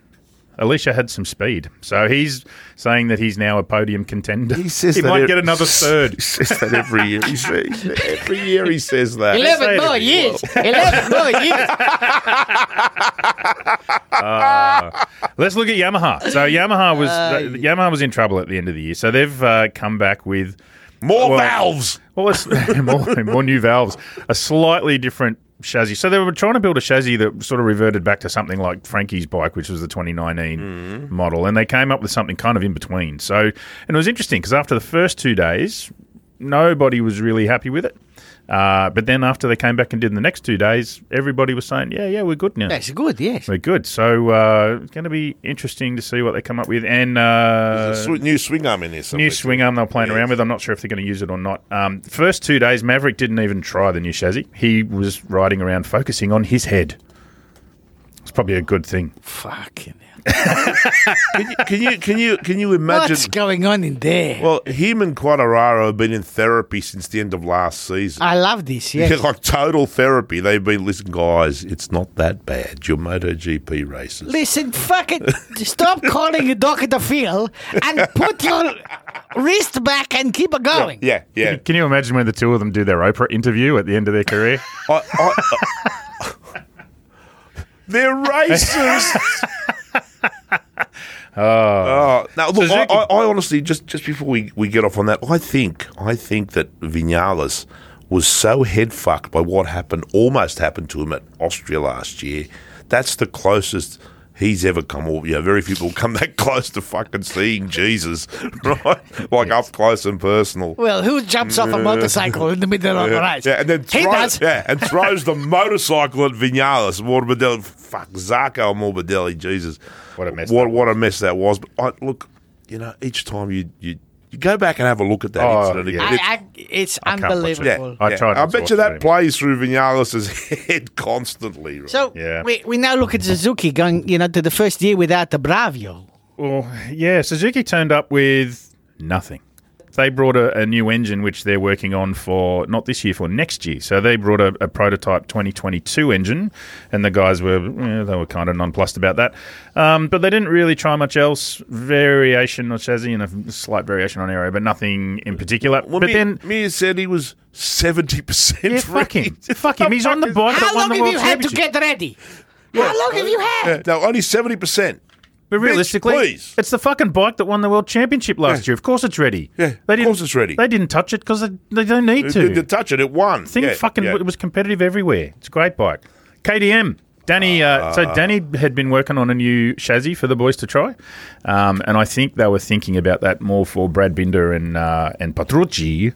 S2: Alicia had some speed, so he's saying that he's now a podium contender.
S1: He says that
S2: might
S1: ev-
S2: get another third.
S1: He says that every year. He says, every year he says that.
S3: 11
S2: Say it
S3: more
S2: if you
S3: years. 11 more years.
S2: Let's look at Yamaha. So Yamaha was th- Yamaha was in trouble at the end of the year. So they've uh, come back with
S1: More
S2: Well-
S1: valves.
S2: well, it's more, more new valves, a slightly different chassis. So they were trying to build a chassis that sort of reverted back to something like Frankie's bike, which was the 2019 model, and they came up with something kind of in between. So, and it was interesting because after the first two days, nobody was really happy with it. Uh, but then after they came back and did the next two days, everybody was saying, "Yeah, yeah, we're good now."
S3: That's good, yes.
S2: We're good. So uh, it's going to be interesting to see what they come up with. And uh,
S1: Sw- new swing arm in there somewhere.
S2: new swing arm they're playing around with. I'm not sure if they're going to use it or not. Um, first two days, Maverick didn't even try the new chassis. He was riding around focusing on his head. It's probably a good thing.
S3: Fucking hell.
S1: Can you can you can you, can you imagine?
S3: What's going on in there?
S1: Well, him and Quadraro have been in therapy since the end of last
S2: Ah,
S1: season.
S3: I love this, yes.
S1: like total therapy. They've been listening, guys. It's not that bad. Your MotoGP races.
S3: Listen, fucking stop calling a Dr. Phil and put your wrist back and keep it going.
S1: Yeah, yeah.
S2: Can you imagine when the two of them do their Oprah interview at the end of their career?
S1: I, I, uh, they're racist. oh. now look, I, I, I honestly just just before we, we get off on that, I think I think that Vinales was so head fucked by what happened, almost happened to him at Austria last year. That's the closest he's ever come. Or you know, very few people come that close to fucking seeing Jesus, right? Like up close and personal.
S3: Well, who jumps off a motorcycle in the middle of a race?
S1: Yeah, and then
S3: he
S1: throws,
S3: does.
S1: yeah, and throws the motorcycle at Vinales, Morbidelli. Fuck, Zarco Morbidelli, Jesus.
S2: What a mess
S1: What,
S2: that
S1: what a mess that was. But I, look, you know, each time you, you, you go back and have a look at that
S2: Oh,
S1: incident
S2: yeah.
S1: again.
S3: I,
S1: It's-
S3: I, it's
S2: can't watch it.
S3: unbelievable.
S1: yeah,
S2: I
S1: yeah.
S2: tried
S1: I
S2: not to
S1: bet you
S2: watch it
S1: that
S2: anymore.
S1: plays through Vinales' head constantly. Right?
S3: So
S2: Yeah.
S3: we, we now look at Suzuki going, you know, to the first year without the Bravio.
S2: Well, yeah, Suzuki turned up with nothing. They brought a, a new engine, which they're working on for not this year, for next year. So they brought a, a prototype 2022 engine, and the guys were eh, they were kind of nonplussed about that. Um, but they didn't really try much else. Variation on chassis and a slight variation on aero, but nothing in particular.
S1: well,
S2: but
S1: Mir,
S2: then.
S1: Mir said he was 70%
S2: Yeah,
S1: free.
S2: fuck him. Fuck him. He's on the bike that
S3: How
S2: won
S3: long
S2: the
S3: have
S2: world
S3: you had to
S2: championship.
S3: get ready? How long have you had?
S1: No, only 70%.
S2: but realistically,
S1: please.
S2: it's the fucking bike that won the world championship last year. Of course it's ready.
S1: Yeah, of
S2: they didn't,
S1: course it's ready.
S2: They didn't touch it because they, they don't need
S1: It
S2: to.
S1: didn't touch it. It won.
S2: thing
S1: Yeah,
S2: fucking
S1: yeah.
S2: it was competitive everywhere. It's a great bike. KDM. Danny, uh,
S1: Ah.
S2: so Danny had been working on a new chassis for the boys to try, um, and I think they were thinking about that more for Brad Binder and uh, and Patrucci,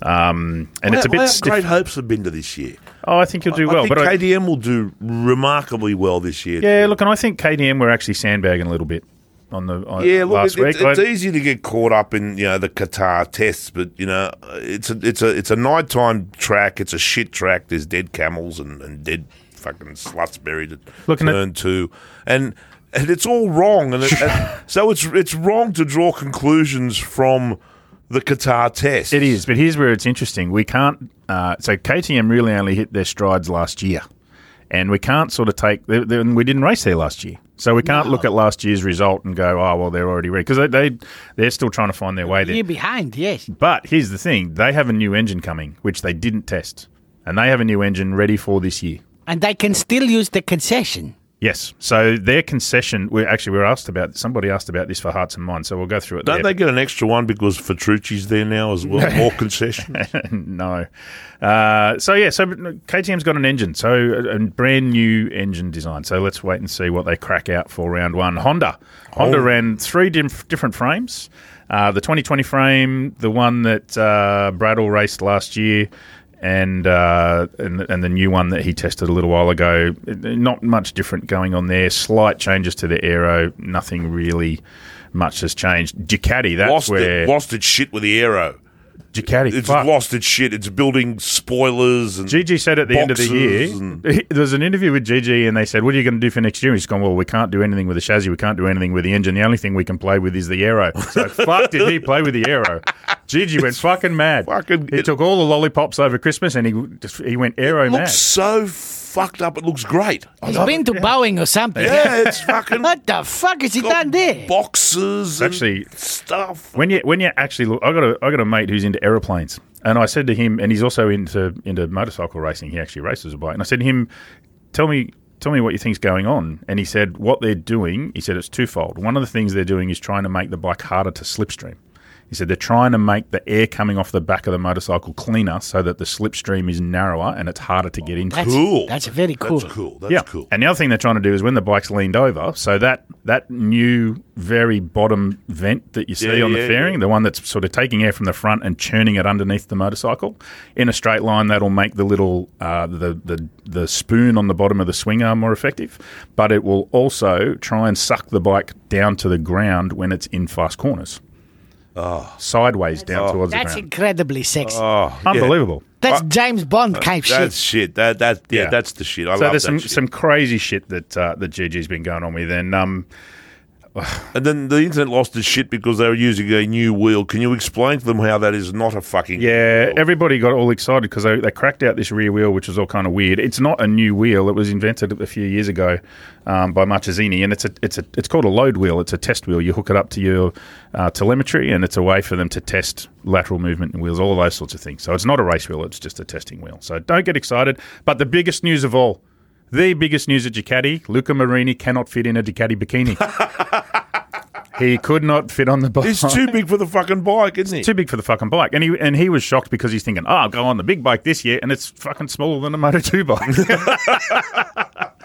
S2: um, and it's a
S1: I
S2: bit
S1: have
S2: stiff.
S1: great hopes of Binder this year.
S2: Oh, I think he'll do
S1: I
S2: well,
S1: think
S2: but I,
S1: KDM will do remarkably well this year.
S2: yeah, look, and I think KDM were actually sandbagging a little bit on the on,
S1: Yeah, look,
S2: last
S1: it-
S2: week.
S1: it- it's
S2: I-
S1: easy to get caught up in you know the Qatar tests, but you know it's a it's a it's a nighttime track. It's a shit track. There's dead camels and, and dead fucking sluts buried at
S2: Looking at-
S1: turn two, and and it's all wrong. And, it, and so it's it's wrong to draw conclusions from the Qatar test.
S2: It is, but here's where it's interesting. We can't. Uh, so KTM really only hit their strides last year, and we can't sort of take. They, they, we didn't race there last year, so we can't look at last year's result and go, "Oh, well, they're already ready," because they, they they're still trying to find their way there.
S3: You're behind, yes.
S2: But here's the thing: they have a new engine coming, which they didn't test, and they have a new engine ready for this year.
S3: And they can still use the concession.
S2: Yes, so their concession. We actually we were asked about. Somebody asked about this for Hearts and Minds, so we'll go through it.
S1: Don't
S2: there.
S1: they get an extra one because Fatrucci's there now as well? More concession.
S2: no. Uh, so yeah, so KTM's got an engine, so a, a brand new engine design. So let's wait and see what they crack out for round one. Honda,
S1: Oh.
S2: Honda ran three diff- different frames: uh, the 2020 frame, the one that uh, Bradle raced last year. And, uh, and and the new one that he tested a little while ago, not much different going on there. Slight changes to the aero, nothing really much has changed. Ducati, that's
S1: lost
S2: where
S1: it. Lost its shit with the aero.
S2: Ducati.
S1: It's
S2: fuck.
S1: lost its shit. It's building spoilers and
S2: Gigi said at the end of the year,
S1: boxes and-
S2: there was an interview with Gigi, and they said, "What are you going to do for next year?" He's gone, "Well, we can't do anything with the chassis. We can't do anything with the engine. The only thing we can play with is the aero." So fuck, did he play with the aero? Gigi went fucking mad.
S1: fucking-
S2: he
S1: it-
S2: took all the lollipops over Christmas, and he just, he went aero mad.
S1: looks so fucked up. It looks great. I
S3: He's
S1: love
S3: been
S1: it.
S3: to Boeing or something.
S1: Yeah, it's fucking
S3: What the fuck is he done
S1: got
S3: there?
S1: boxes and
S2: Actually-
S1: stuff.
S2: When you when you actually look, I got a I got a mate who's into aeroplanes, and I said to him, and he's also into into motorcycle racing. He actually races a bike, and I said to him, "Tell me, tell me what you think's going on." And he said, "What they're doing," he said, "it's twofold. One of the things they're doing is trying to make the bike harder to slipstream." He said they're trying to make the air coming off the back of the motorcycle cleaner so that the slipstream is narrower and it's harder to get into.
S3: That's,
S1: Cool.
S3: That's very cool.
S1: That's cool. That's
S2: Yeah,
S1: cool.
S2: And the other thing they're trying to do is when the bike's leaned over, so that that new very bottom vent that you see
S1: Yeah,
S2: on the
S1: yeah,
S2: fairing, the one that's sort of taking air from the front and churning it underneath the motorcycle in a straight line, that'll make the little uh, the, the the spoon on the bottom of the swing arm more effective, but it will also try and suck the bike down to the ground when it's in fast corners.
S1: Ah.
S2: Oh. Sideways down towards the
S3: That's
S2: ground.
S3: incredibly sexy.
S2: Unbelievable.
S3: that's James Bond type shit.
S1: That's shit. That that yeah,
S2: Yeah.
S1: That's the shit. I
S2: So
S1: love that
S2: there's some,
S1: shit.
S2: some crazy shit that uh, that GG's been going on with, and um,
S1: And then the internet lost its shit because they were using a new wheel. Can you explain to them how that is not a fucking
S2: Yeah, everybody got all excited because they, they cracked out this rear wheel, which was all kind of weird. It's not a new wheel; it was invented a few years ago um, by Marchesini, and it's a it's a it's called a load wheel. It's a test wheel. You hook it up to your uh, telemetry, and it's a way for them to test lateral movement and wheels, all of those sorts of things. So it's not a race wheel; it's just a testing wheel. So don't get excited. But the biggest news of all. The biggest news at Ducati, Luca Marini cannot fit in a Ducati bikini. he could not fit on the bike.
S1: It's too big for the fucking bike, isn't it?
S2: Too big for the fucking bike, and he and he was shocked because he's thinking, "Oh, I'll go on the big bike this year, and it's fucking smaller than a Moto Two bike."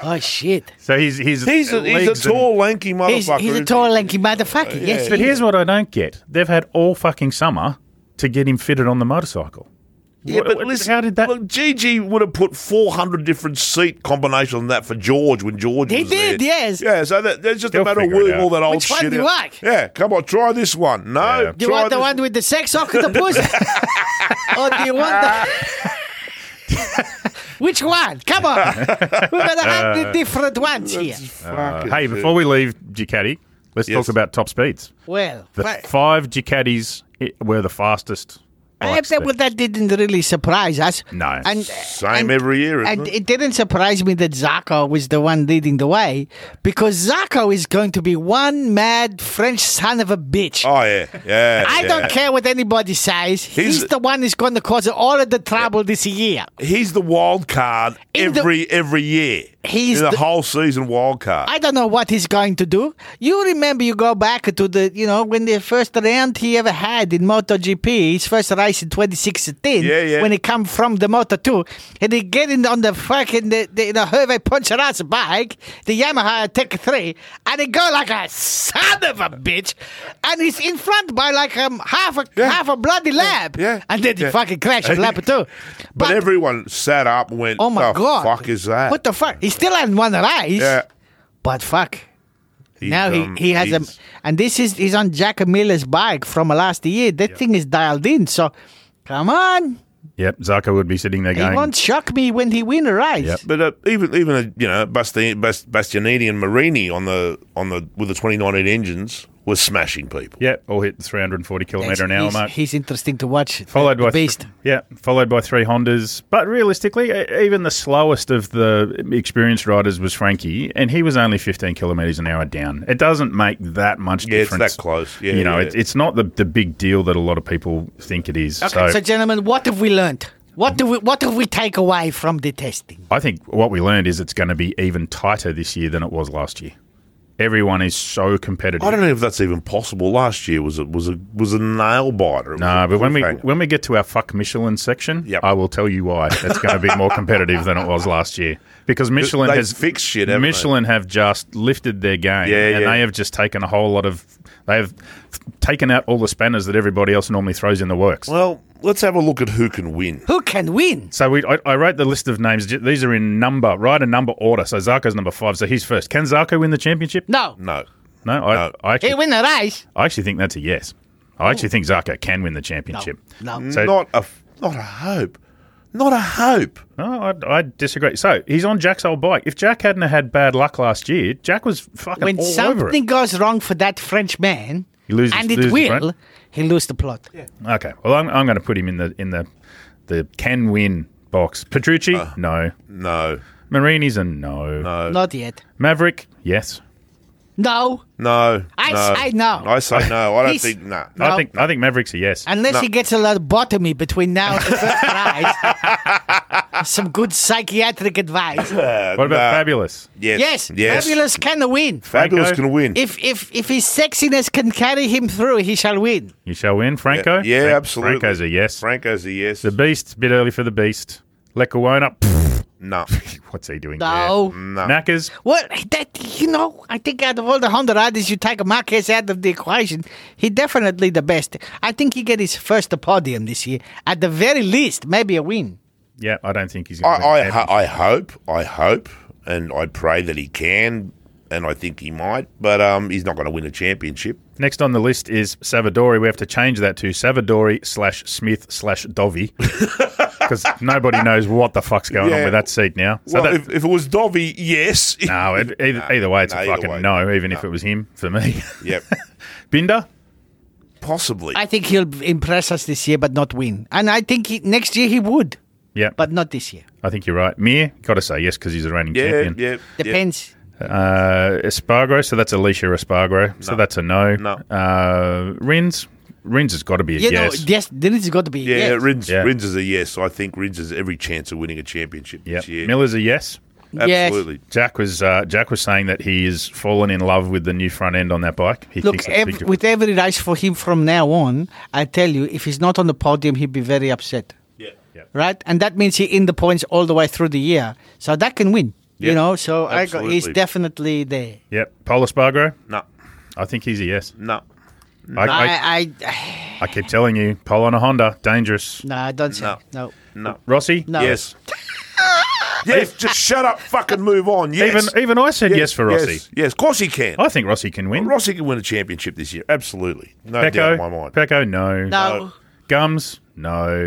S3: Oh shit.
S2: so he's he's
S1: he's a, he's
S2: legs
S1: a
S2: and-
S1: tall, lanky motherfucker.
S3: He's, he's a
S1: isn't
S3: tall,
S1: he?
S3: lanky motherfucker. Yes,
S2: but
S3: he
S2: here's what I don't get: they've had all fucking summer to get him fitted on the motorcycle.
S1: Yeah,
S2: What-
S1: but
S2: what-
S1: listen,
S2: how did that?
S1: Look, Gigi would have put four hundred different seat combinations on that for George when George
S3: He
S1: was
S3: did,
S1: there.
S3: yes.
S1: Yeah, so that, that's just
S2: They'll
S1: a matter of
S2: figure it
S1: wooing
S2: out.
S1: all that old
S3: Which one
S1: shit.
S3: do you
S1: out.
S3: like?
S1: Yeah, come on, try this one. No,
S2: Yeah.
S3: Do you
S1: try
S3: want the
S1: this-
S3: one with the sex octopus? or do you want the. Which one? Come on. We're going to have the different ones here.
S1: Fucking
S2: hey,
S1: shit.
S2: before we leave Ducati, let's
S1: Yes.
S2: talk about top speeds.
S3: Well,
S2: The
S3: right.
S2: five Ducatis i- were the fastest.
S3: I
S2: bikes
S3: that,
S2: there.
S3: well, that didn't really surprise us.
S2: No.
S3: And,
S1: same
S3: and-
S1: every year. Isn't
S3: And
S1: it?
S3: it didn't surprise me that Zako was the one leading the way because Zako is going to be one mad French son of a bitch.
S1: Oh yeah, yeah.
S3: I
S1: yeah.
S3: don't care what anybody says. He's,
S1: He's-
S3: the one who's going to cause all of the trouble this year.
S1: He's the wild card
S3: In the-
S1: every every year.
S3: He's
S1: In the,
S3: the-
S1: whole season wild card.
S3: I don't know what he's going to do. You remember you go back to the, you know, when the first round he ever had in MotoGP, his first race in 2016,
S1: Yeah, yeah.
S3: when he come from the Moto2, and he get in on the fucking, the, the, you know, Hervé Poncharas bike, the Yamaha Tech 3, and he go like a son of a bitch, and he's in front by like um, half a
S1: Yeah.
S3: half a bloody lap.
S1: yeah,
S3: And then he
S1: yeah.
S3: fucking crashed on lap two.
S1: but, everyone sat up and went,
S3: oh my
S1: the
S3: God.
S1: fuck is that?"
S3: What the fuck? He still hadn't won a race.
S1: Yeah.
S3: But fuck.
S1: He's,
S3: Now
S1: um,
S3: he, he has a,
S1: he's-
S3: and this is he's on Jack Miller's bike from last year. That thing is dialed in. So, come on,
S2: Yep, Zarko would be sitting there
S3: he
S2: going,
S3: won't shock me when he win a race.
S2: Yep.
S1: But uh, even even uh, you know Basti- Bast- Bastianini and Marini on the on the with the 2019 engines were smashing people.
S2: "Yep, all hit the 340
S3: That's-
S2: kilometre an hour
S3: he's,
S2: mark."
S3: he's interesting to watch. uh,
S2: followed
S3: the,
S2: by
S3: the
S2: th-
S3: beast.
S2: yeah, followed by three Hondas. But realistically, e- even the slowest of the experienced riders was Frankie, and he was only 15 kilometres an hour down. It doesn't make that much
S1: Yeah, it's
S2: difference.
S1: that close. Yeah,
S2: you know,
S1: yeah.
S2: it, it's not the, the big deal that a lot of people think it is.
S3: so,
S2: So,
S3: gentlemen, what have we learned? What do we what do we take away from the testing?
S2: I think what we learned is it's going to be even tighter this year than it was last year. Everyone is so competitive.
S1: I don't know if that's even possible. Last year was a was a was a nail biter. It was
S2: No,
S1: a
S2: Uh, but when we
S1: cliffhanger.
S2: when we get to our fuck Michelin section,
S1: Yep.
S2: I will tell you why it's going to be more competitive than it was last year because Michelin
S1: They've
S2: has
S1: fixed shit, haven't they?
S2: Michelin have just lifted their game,
S1: Yeah,
S2: and
S1: yeah.
S2: they have just taken a whole lot of they have taken out all the spanners that everybody else normally throws in the works.
S1: well, let's have a look at who can win.
S3: Who can win?
S2: So we, I, I wrote the list of names. J- These are in number, right? A number order. So Zarko's number five. So he's first. Can Zarko win the championship?
S3: No,
S1: No,
S2: No, I,
S1: No.
S2: I,
S3: he
S2: actually,
S3: win a race.
S2: I actually think that's a yes. I actually think Zarco can win the championship.
S3: Oh. No, no.
S2: So-
S1: not a not a hope, not a hope.
S2: No, I, I disagree. So he's on Jack's old bike. If Jack hadn't have had bad luck last year, Jack was fucking
S3: When
S2: all over
S3: something
S2: it.
S3: goes wrong for that French man,
S2: He loses-
S3: and it
S2: loses the
S3: will,
S2: front.
S3: he lose the plot.
S2: Okay, well I'm, I'm going to put him in the in the the can win box. Petrucci,
S1: Uh.
S2: no.
S1: No,
S2: Marini's a no. no.
S3: Not yet.
S2: Maverick, yes.
S3: No,
S1: no.
S3: I
S1: no.
S3: say no.
S1: I say no. I don't
S3: He's-
S1: think nah.
S3: No.
S2: I think I think Maverick's a yes.
S3: unless he gets a lobotomy between now and the first prize. Some good psychiatric advice.
S2: what about
S1: nah.
S2: Fabulous?
S1: Yes,
S3: Yes,
S1: yes.
S3: fabulous can win.
S1: Fabulous
S2: Franco.
S1: can win.
S3: If if if his sexiness can carry him through, he shall win.
S2: You shall win, Franco.
S1: Yeah, yeah,
S2: Fran-
S1: absolutely.
S2: Franco's a yes.
S1: Franco's a yes.
S2: the Beast, bit early for the Beast. Lekawona, pff,
S1: no,
S2: what's he doing?
S3: No.
S2: there? Knackers,
S3: Well, that you know, I think out of all the Honda riders, you take Marquez out of the equation. He definitely the best. I think he get his first podium this year, at the very least, maybe a win.
S2: yeah, I don't think he's.
S1: I
S2: Gonna win the
S1: I,
S2: championship.
S1: ho- I hope I hope and I pray that he can. And I think he might, but um, he's not going to win a championship.
S2: Next on the list is Savadori. We have to change that to Savadori slash Smith slash Dovey because nobody knows what the fuck's going on
S1: Yeah.
S2: with that seat now. So
S1: well,
S2: that,
S1: if, if it was Dovey, yes.
S2: no, it, either, either way, it's
S1: no,
S2: a
S1: either
S2: fucking
S1: way.
S2: no. Even if it was him for me,
S1: yep,
S2: Binder.
S1: possibly.
S3: I think he'll impress us this year, but not win. And I think he, next year he would,
S2: Yeah,
S3: but not this year.
S2: I think you're right. Mir, got to say yes because he's a reigning
S1: yeah,
S2: champion.
S1: yeah, yeah.
S3: Depends.
S2: Uh, Espargro, so that's Alicia Espargro. So that's a no.
S1: No.
S2: Uh, Rins, Rins has got to be a
S3: You
S2: yes.
S3: know, yes, there is got to be. a
S1: Yeah,
S3: yes.
S1: Rins,
S2: Yeah.
S1: Rins is a yes. I think Rins has every chance of winning a championship
S2: Yep.
S1: this year.
S2: Miller's a yes.
S3: Yes.
S1: Absolutely.
S2: Jack was uh, Jack was saying that he is fallen in love with the new front end on that bike. He
S3: Look,
S2: thinks it's
S3: ev-
S2: big-
S3: with every race for him from now on, I tell you, if he's not on the podium, he'll be very upset.
S2: Yeah.
S3: right? And that means he in the points all the way through the year, so that can win.
S1: Yeah,
S3: you know, so I go, he's
S1: absolutely.
S3: definitely there.
S2: Yep. Polo Spargo,
S1: No,
S2: I think he's a yes.
S1: no,
S2: I, I,
S3: I, I,
S2: I keep telling you, Polo on a Honda, dangerous.
S3: no, I don't say
S1: No.
S3: no.
S1: no.
S2: Rossi,
S3: No.
S1: Yes. yes, just shut up, fucking move on. Yes.
S2: even even I said yes, for Rossi.
S1: Yes, yes, of course he can.
S2: I think Rossi can win.
S1: Rossi can win a championship this year. Absolutely. No doubt in my
S2: Pecco,
S1: mind.
S2: Pecco, no.
S3: No.
S1: No.
S2: Gums, no.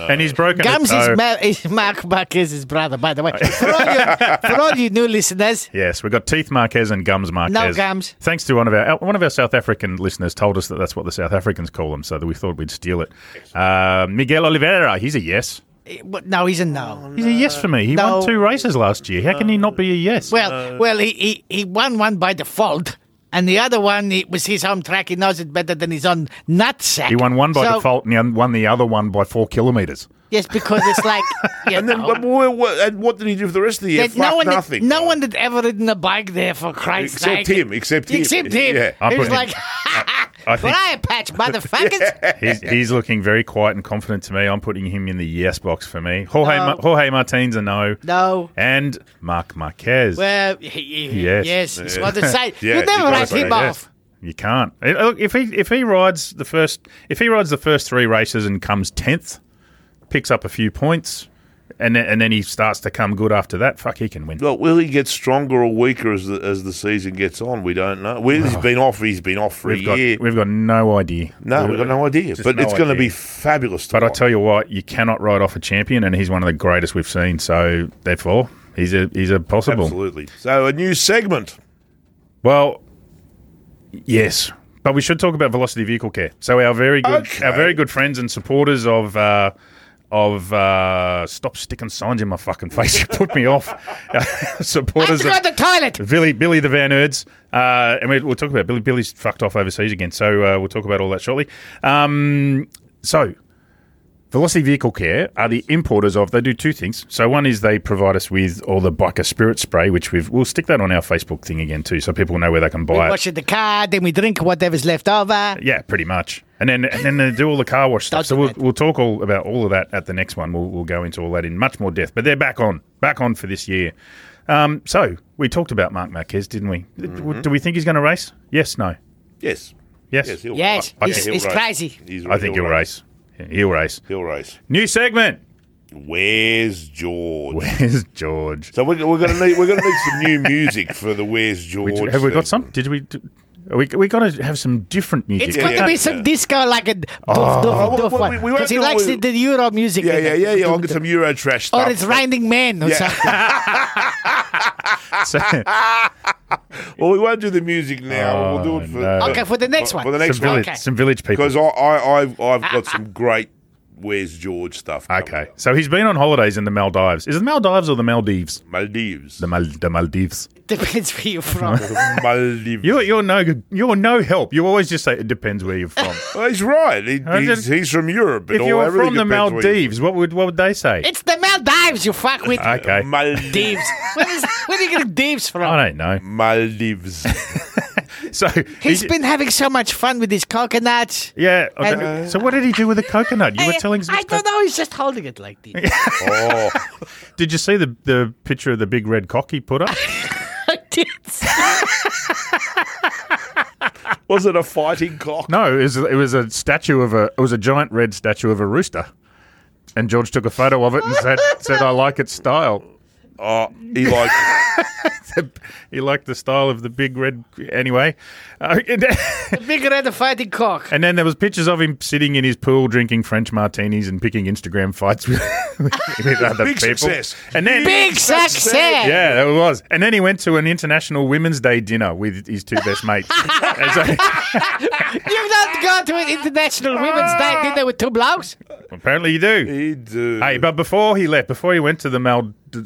S2: And he's broken. a
S3: Gums
S2: toe.
S3: is, Ma- is Mark Marquez's brother, by the way. For all you, for all you new listeners,
S2: Yes, we've got Teeth Marquez and Gums Marquez.
S3: Gums.
S2: Thanks to one of our uh, one of our South African listeners told us that that's what the South Africans call them, so that we thought we'd steal it. Uh, Miguel Oliveira, he's a yes.
S3: eh, but no, he's a no.
S2: He's a yes for me. He
S3: No.
S2: won two races last year. How can he not be a yes?
S3: Well,
S1: Uh,
S3: well, he, he he won one by default. And the other one, it was his home track. He knows it better than his own nutsack.
S2: he won one by
S3: So-
S2: default and he un- won the other one by four kilometres.
S3: Yes, because it's like, you
S1: And then
S3: know.
S1: but what, what- and what did he do for the rest of the year?
S3: That no
S1: Fuck
S3: one,
S1: nothing.
S3: Had, no one had ever ridden a bike there for Christ's sake.
S1: Except him, except him.
S3: Except him.
S1: Yeah.
S2: I'm
S3: He was
S2: putting-
S3: like,
S2: I think
S3: briar patch, motherfuckers.
S2: he's, he's looking very quiet and confident to me. I'm putting him in the yes box for me. Jorge,
S3: No.
S2: Ma- Jorge Martins, a no.
S3: No.
S2: And Mark Marquez.
S3: Well, he- he-
S2: Yes.
S3: yes, it's
S1: Yeah.
S3: what they say.
S1: Yeah,
S3: you never
S1: you gotta
S3: write
S1: say
S3: him
S1: yes.
S3: off.
S2: You can't. Eh, Look, if he if he rides the first if he rides the first three races and comes tenth, picks up a few points, and then, and then he starts to come good after that. Fuck, he can win.
S1: Well, will he get stronger or weaker as the, as the season gets on? We don't know. Well, he's been off. He's been off for
S2: We've
S1: a
S2: got
S1: year.
S2: we've got no idea.
S1: no, we've got no idea.
S2: Just
S1: But
S2: no
S1: it's going to
S2: idea.
S1: be fabulous.
S2: But I
S1: tomorrow.
S2: tell you what, you cannot ride off a champion, and he's one of the greatest we've seen. So therefore, he's a he's a possible.
S1: absolutely. So a new segment.
S2: Well, yes, but we should talk about velocity vehicle care. So our very good,
S1: Okay.
S2: our very good friends and supporters of. Uh, of uh, stop sticking signs in my fucking face. You put me off.
S3: I have
S2: supporters
S3: to go
S2: of
S3: to the toilet.
S2: Billy, Billy the Van Erds, uh, and we, we'll talk about Billy. Billy's fucked off overseas again, so uh, we'll talk about all that shortly. Um, so, Velocity Vehicle Care are the importers of. They do two things. So one is they provide us with all the biker spirit spray, which we've we'll stick that on our Facebook thing again too, so people know where they can
S3: We
S2: buy it.
S3: wash in the car, then we drink whatever's left over.
S2: Yeah, pretty much. And then and then they do all the car wash stuff.
S3: That's
S2: So we'll,
S3: right.
S2: we'll talk all about all of that at the next one. We'll, we'll go into all that in much more depth. But they're back on, back on for this year. Um, so we talked about Mark Marquez, didn't we? Do we think he's going to race? Yes, no,
S1: Yes.
S2: yes.
S1: Yes. He'll,
S3: Yes,
S1: I- I
S3: he's-
S1: think he'll
S3: he's
S1: race.
S3: crazy.
S1: He's-
S2: I think he'll race. He'll race.
S1: He'll race.
S2: New segment.
S1: Where's George?
S2: Where's George?
S1: So we're, we're gonna need we're gonna need some new music for the Where's George.
S2: Have we
S1: segment.
S2: got some? Did we? Do, We we got to have some different music.
S3: It's got
S1: yeah,
S3: to be
S1: yeah. Oh.
S3: some disco like a d- doof, doof,
S1: we-
S3: doof
S1: we-
S3: one.
S1: we-
S3: Because
S1: we won't
S3: he
S1: do
S3: likes
S1: all-
S3: the, the Euro music.
S1: Yeah,
S3: in
S1: yeah,
S3: it.
S1: yeah, yeah. I'll get some Euro trash stuff.
S3: Or Oh, it's Raining Men or
S1: Yeah.
S3: something.
S2: So-
S1: Well, we won't do the music now. we'll do it for
S2: Oh, no.
S3: Okay, for the next
S1: for,
S3: one.
S1: for the next
S2: some village,
S1: one
S3: Okay.
S2: some village people.
S1: because I, I I've I've got some great Where's George stuff. coming
S2: Okay,
S1: up.
S2: so he's been on holidays in the Maldives. Is it the Maldives or the Maldives?
S1: Maldives.
S2: The, Mal- the Maldives.
S3: Depends where you're from.
S1: Maldives.
S2: You're, you're no good- you're no help. You always just say it depends where you're from.
S1: Well, he's right. He,
S2: I
S1: he's,
S2: just-
S1: he's from Europe.
S2: if you were from the Maldives, what would what would they say?
S3: it's the Maldives, you fuck with.
S2: okay,
S1: Um,
S2: eh?
S1: Maldives.
S3: Dives. Where, is, where are you getting Dives from?
S2: I don't know.
S1: Maldives.
S2: So
S3: He's
S2: he-
S3: been having so much fun with his coconuts.
S2: yeah. okay. so what did he do with the coconut? You were
S3: I-
S2: telling us.
S3: I don't know. He's just holding it like this.
S1: oh,
S2: Did you see the the picture of the big red cock he put up?
S3: I did.
S1: was it a fighting cock?
S2: No, it was, it was a statue of a it was a giant red statue of a rooster, and George took a photo of it and said said I like its style.
S1: Oh, he like.
S2: He liked the style of the big red. Anyway, Uh,
S3: Big red fighting cock.
S2: and then there was pictures of him sitting in his pool drinking French martinis and picking Instagram fights with, with other
S1: Big
S2: people.
S1: success.
S2: And then
S3: Big success.
S2: Yeah, that was. And then he went to an International Women's Day dinner with his two best mates. And so-
S3: You've not gone to an international women's
S1: Ah.
S3: day dinner with two blokes?
S2: apparently, you do.
S1: He do.
S2: Hey, but before he left, before he went to the Mal d- d-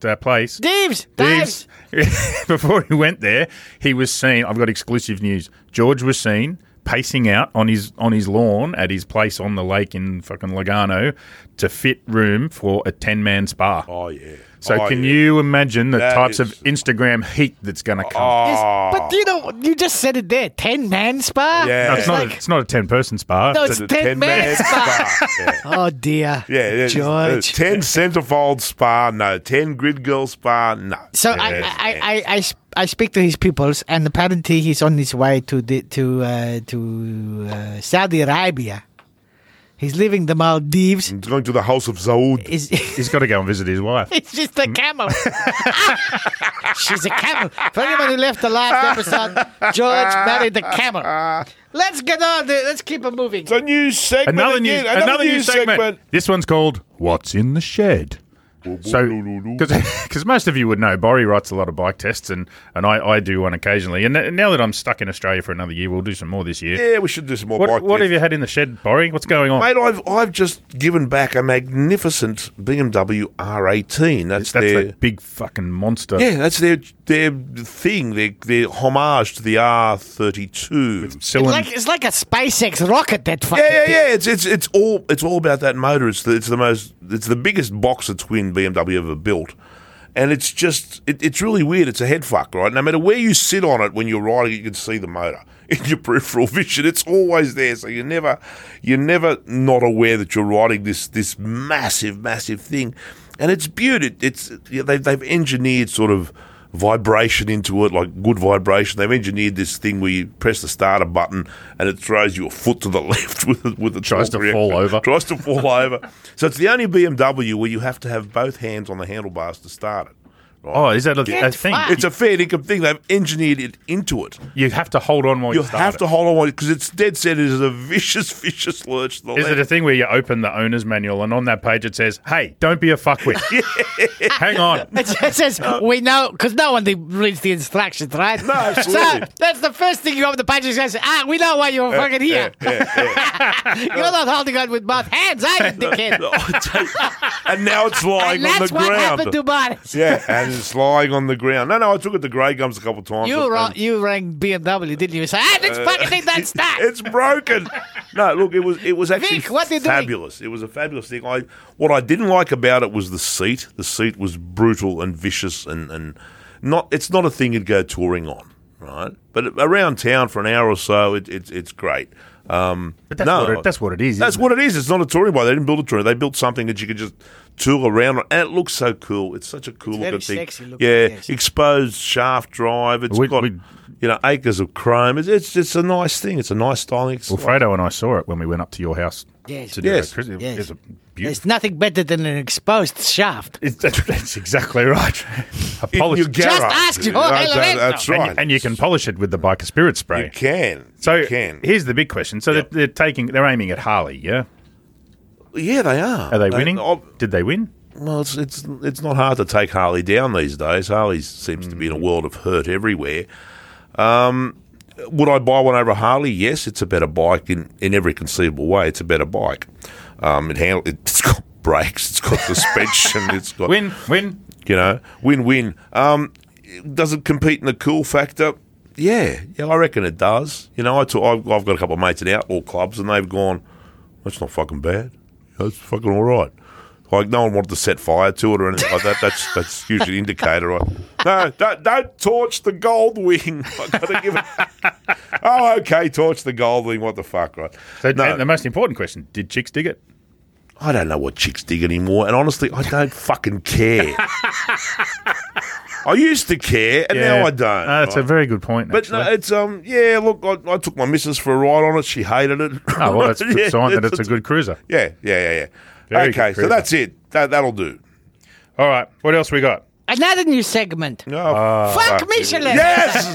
S2: d- place,
S3: Dives.
S2: Dives,
S3: Dives.
S2: before he went there, he was seen. I've got exclusive news. George was seen pacing out on his on his lawn at his place on the lake in fucking Lugano to fit room for a ten man spa.
S1: oh yeah.
S2: So
S1: Oh,
S2: can
S1: yeah.
S2: you imagine the
S1: That is-
S2: types of Instagram heat that's going to come?
S3: Yes,
S1: Oh,
S3: But you know, you just said it there. Ten man spa?
S1: Yeah.
S2: No, it's not. a, it's not a ten person spa.
S3: No,
S2: It's a-
S3: it's ten man spa.
S1: yeah.
S3: Oh dear.
S1: Yeah, yeah,
S3: George.
S1: Ten centerfold spa, no. Ten grid girl spa, no.
S3: So
S1: Yeah,
S3: I,
S1: that's-
S3: I, I, I, sp- I speak to his peoples, and apparently he's on his way to the, to uh, to uh, Saudi Arabia. He's leaving the Maldives.
S1: He's going to the house of Zaud.
S3: Is
S2: he's got to go and visit his wife.
S3: it's just
S1: Mm.
S3: a camel. She's a camel. For anyone who left the last episode, George married the camel. Let's get on. The, let's keep it moving.
S1: It's a new segment.
S2: another news,
S1: again,
S2: another, new segment. This one's called "What's in the Shed." So, because most of you would know, Borry writes a lot of bike tests, and, and I, I do one occasionally. And n- now that I'm stuck in Australia for another year, we'll do some more this year.
S1: Yeah, we should do some more
S2: what
S1: bike
S2: what have
S1: tests.
S2: you had in the shed, Borry? What's going on?
S1: Mate, I've I've just given back a magnificent BMW R18. That's,
S2: That's
S1: their
S2: that big fucking monster.
S1: yeah, that's their their thing. Their their homage to the R32.
S3: It's
S2: Cylind-
S3: like it's like a SpaceX rocket that fucking.
S1: Yeah, yeah,
S3: thing.
S1: yeah. It's it's it's all it's all about that motor. It's the it's the most it's the biggest boxer twin BMW ever built, and it's just it, it's really weird. It's a head fuck, right? No matter where you sit on it when you're riding, it, you can see the motor in your peripheral vision. It's always there, so you're never you're never not aware that you're riding this this massive massive thing, and it's beaut. It, it's you know, they've they've engineered sort of vibration into it, like good vibration. They've engineered this thing where you press the starter button and it throws your foot to the left with the, with the
S2: Tries
S1: torque
S2: to fall
S1: reaction.
S2: over.
S1: Tries to fall over. So it's the only BMW where you have to have both hands on the handlebars to start it.
S2: Oh, is that a, a
S3: Get
S2: thing?
S3: fucked.
S1: It's a fair income thing. They've engineered it into it.
S2: You have to hold on while you,
S1: You
S2: start
S1: have
S2: it.
S1: to hold on because it's dead set. It is a vicious, vicious lurch. To the
S2: Is
S1: left.
S2: it a thing where you open the owner's manual and on that page it says, "Hey, don't be a fuckwit. Hang on."
S3: It says
S1: Uh,
S3: we know because no one reads the instructions, right? No,
S1: absolutely. Uh,
S3: So that's the first thing you open the page and says, "Ah, we know why you're fucking here. you're not holding on with both hands, are you, dickhead?"
S1: Oh, it's- and now it's lying
S3: and
S1: on
S3: that's
S1: the
S3: what
S1: ground.
S3: happened to mine.
S1: Yeah, and it's lying on the ground. No, no, I took it to Grey Gums a couple of times.
S3: You
S1: And-
S3: ra- you rang BMW, didn't you? You Say, "Ah, this fucking thing that's that."
S1: Uh, It's broken. No, look, it was it was actually
S3: Vic, what are you doing?
S1: fabulous. It was a fabulous thing. I what I didn't like about it was the seat. The seat was brutal and vicious and and not. It's not a thing you'd go touring on, right? But around town for an hour or so, it, it's it's great. Um,
S2: But that's
S1: no,
S2: what it- that's what it is,
S1: That's
S2: isn't
S1: what it is. It's not a touring bike. They didn't build a touring. They built something that you could just tool around, and it looks so cool. It's such a cool
S3: very
S1: looking thing.
S3: sexy looking,
S1: yeah,
S3: yes.
S1: exposed shaft drive. It's
S2: We-
S1: got
S2: we-
S1: you know acres of chrome. It's, it's it's a nice thing. It's a nice styling.
S2: Well, Fredo and I saw it when we went up to your house
S3: Yes.
S2: to do
S1: Yes.
S2: it. Chris, it
S3: Yes.
S2: was a beautiful.
S3: There's nothing better than an exposed shaft.
S2: It's, that's, that's exactly right. A polish,
S1: In your
S3: Just
S1: garage.
S3: ask your
S1: That's-
S3: elevator.
S1: That's
S2: and,
S1: right.
S2: you, and you can polish it with the biker spirit spray.
S1: You can.
S2: so
S1: you can.
S2: here's the big question. So they're, they're taking, they're aiming at Harley. Yeah,
S1: Yeah, they are.
S2: are they winning?
S1: ob-
S2: Did they win?
S1: Well, it's, it's it's not hard to take Harley down these days. Harley seems to be in a world of hurt everywhere. Um, would I buy one over a Harley? Yes, it's a better bike in, in every conceivable way. It's a better bike. Um, it handle, it's got brakes, it's got suspension, it's got
S2: Win, win.
S1: you know win win. Um, does it compete in the cool factor? Yeah, yeah, I reckon it does. You know, I talk, I've, I've got a couple of mates in outlaw clubs, and they've gone, "That's not fucking bad. That's fucking all right." Like no one wanted to set fire to it or anything like that. That's that's usually an indicator. Right? No, don't, don't torch the gold wing. I gotta give it. Oh, okay, torch the gold wing. What the fuck, right?
S2: So and the most important question: Did chicks dig it?
S1: I don't know what chicks dig anymore, and honestly, I don't fucking care. I used to care, and now I don't.
S2: No, Ah, that's a very good point.
S1: but no,
S2: Uh, actually.
S1: it's um, yeah. Look, I, I took my missus for a ride on it. She hated it.
S2: oh well, that's a good
S1: Yeah,
S2: sign that it's a good cruiser.
S1: Yeah, yeah, yeah, yeah.
S2: Very
S1: okay,
S2: good
S1: so that's it. That that'll do.
S2: All right, what else we got?
S3: Another new segment.
S1: No,
S2: Uh,
S3: Fuck Michelin.
S1: Oh, yes,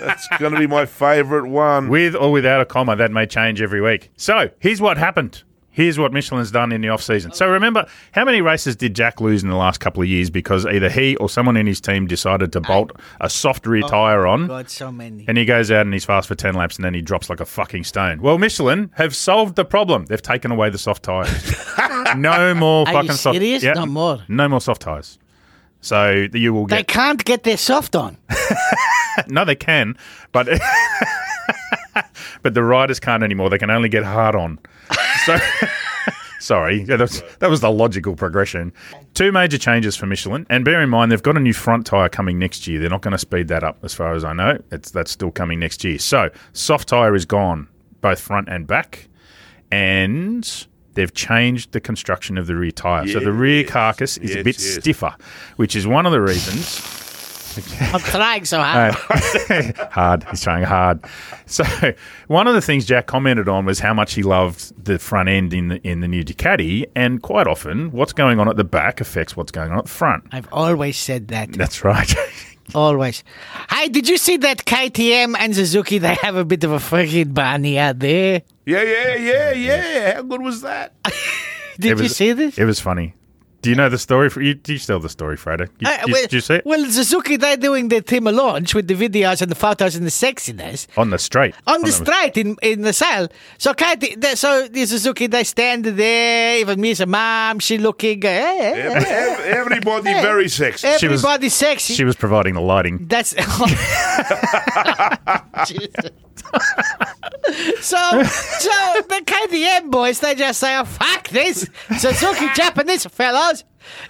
S1: that's going to be my favourite one.
S2: With or without a comma, that may change every week. So here's what happened. Here's what Michelin's done in the off season. So remember, how many races did Jack lose in the last couple of years because either he or someone in his team decided to bolt a soft rear tyre on?
S3: God, so many.
S2: And he goes out and he's fast for 10 laps and then he drops like a fucking stone. Well, Michelin have solved the problem. They've taken away the soft tyres. no more
S3: Are you
S2: fucking soft
S3: serious? No more.
S2: No more soft tyres. So you will
S3: They
S2: get.
S3: can't get their soft on.
S2: no, they can, but. but the riders can't anymore. They can only get hard on. So. Sorry, yeah, that's, that was the logical progression. Two major changes for Michelin, and bear in mind they've got a new front tyre coming next year. They're not going to speed that up, as far as I know. It's, that's still coming next year. So soft tyre is gone, both front and back, and they've changed the construction of the rear tyre. So the rear carcass is a
S1: Yes,
S2: bit
S1: yes.
S2: stiffer, which is one of the reasons
S3: I'm trying so hard.
S2: hard. He's trying hard. So one of the things Jack commented on was how much he loved the front end in the in the new Ducati, and quite often what's going on at the back affects what's going on at the front.
S3: I've always said that.
S2: That's right.
S3: Always. Hey, did you see that KTM and Suzuki? They have a bit of a fucking bunny out there.
S1: yeah, yeah, yeah, yeah. How good was that?
S3: Did you
S2: was-
S3: see this?
S2: it was funny. Do you know the story? For, you, you tell the story, Fredo. You,
S3: Uh,
S2: you-
S3: well,
S2: did you see it
S3: Well, Suzuki, they're doing the team launch with the videos and the photos and the sexiness
S2: on the straight?
S3: on the straight in in the cell. So, Katie, the, so the Suzuki, they stand there. Even me as a mom, she looking. eh, eh, eh.
S1: Ev- ev- Everybody very sexy.
S2: She was-
S3: Everybody sexy.
S2: She was providing the lighting.
S3: That's Jesus. so so the KTM boys they just say, oh, "Fuck this Suzuki Japanese fellows."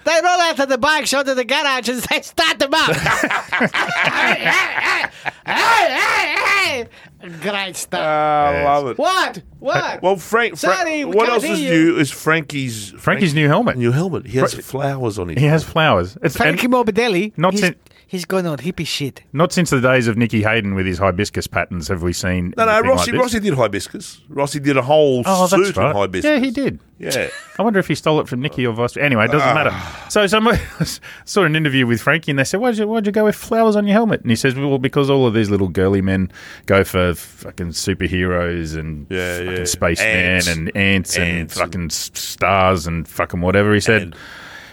S3: They roll out of the bike shop to the garage and they start them up. Hey, hey, hey, hey, hey. Great stuff.
S1: Ah, I love it.
S3: what? What?
S1: Well, Frank. Fra-
S3: Sorry, we
S1: what else
S3: can't hear
S1: is
S3: you.
S1: new? Is Frankie's
S2: Frankie's new helmet.
S1: new helmet? He has flowers on his.
S2: He has flowers. It's and
S3: Frankie Morbidelli.
S2: Not
S3: he's,
S2: sin-
S3: he's going on hippie shit.
S2: not since the days of Nicky Hayden with his hibiscus patterns have we seen.
S1: No, no,
S2: anything like
S1: Rossi,
S2: this.
S1: Rossi did hibiscus. Rossi did a whole
S2: Oh,
S1: suit
S2: that's right.
S1: of hibiscus.
S2: Yeah, he did.
S1: Yeah.
S2: I wonder if he stole it from Nicky or vice. Anyway, it doesn't matter.
S1: Ah.
S2: So, someone saw an interview with Frankie, and they said, "Why'd you Why'd you go with flowers on your helmet?" And he says, "Well, because all of these little girly men go for fucking superheroes and
S1: Yeah,
S2: fucking
S1: yeah.
S2: spacemen
S1: Ants.
S2: and ants, and
S1: Ants and-
S2: fucking s stars and fucking whatever." He said.
S1: And-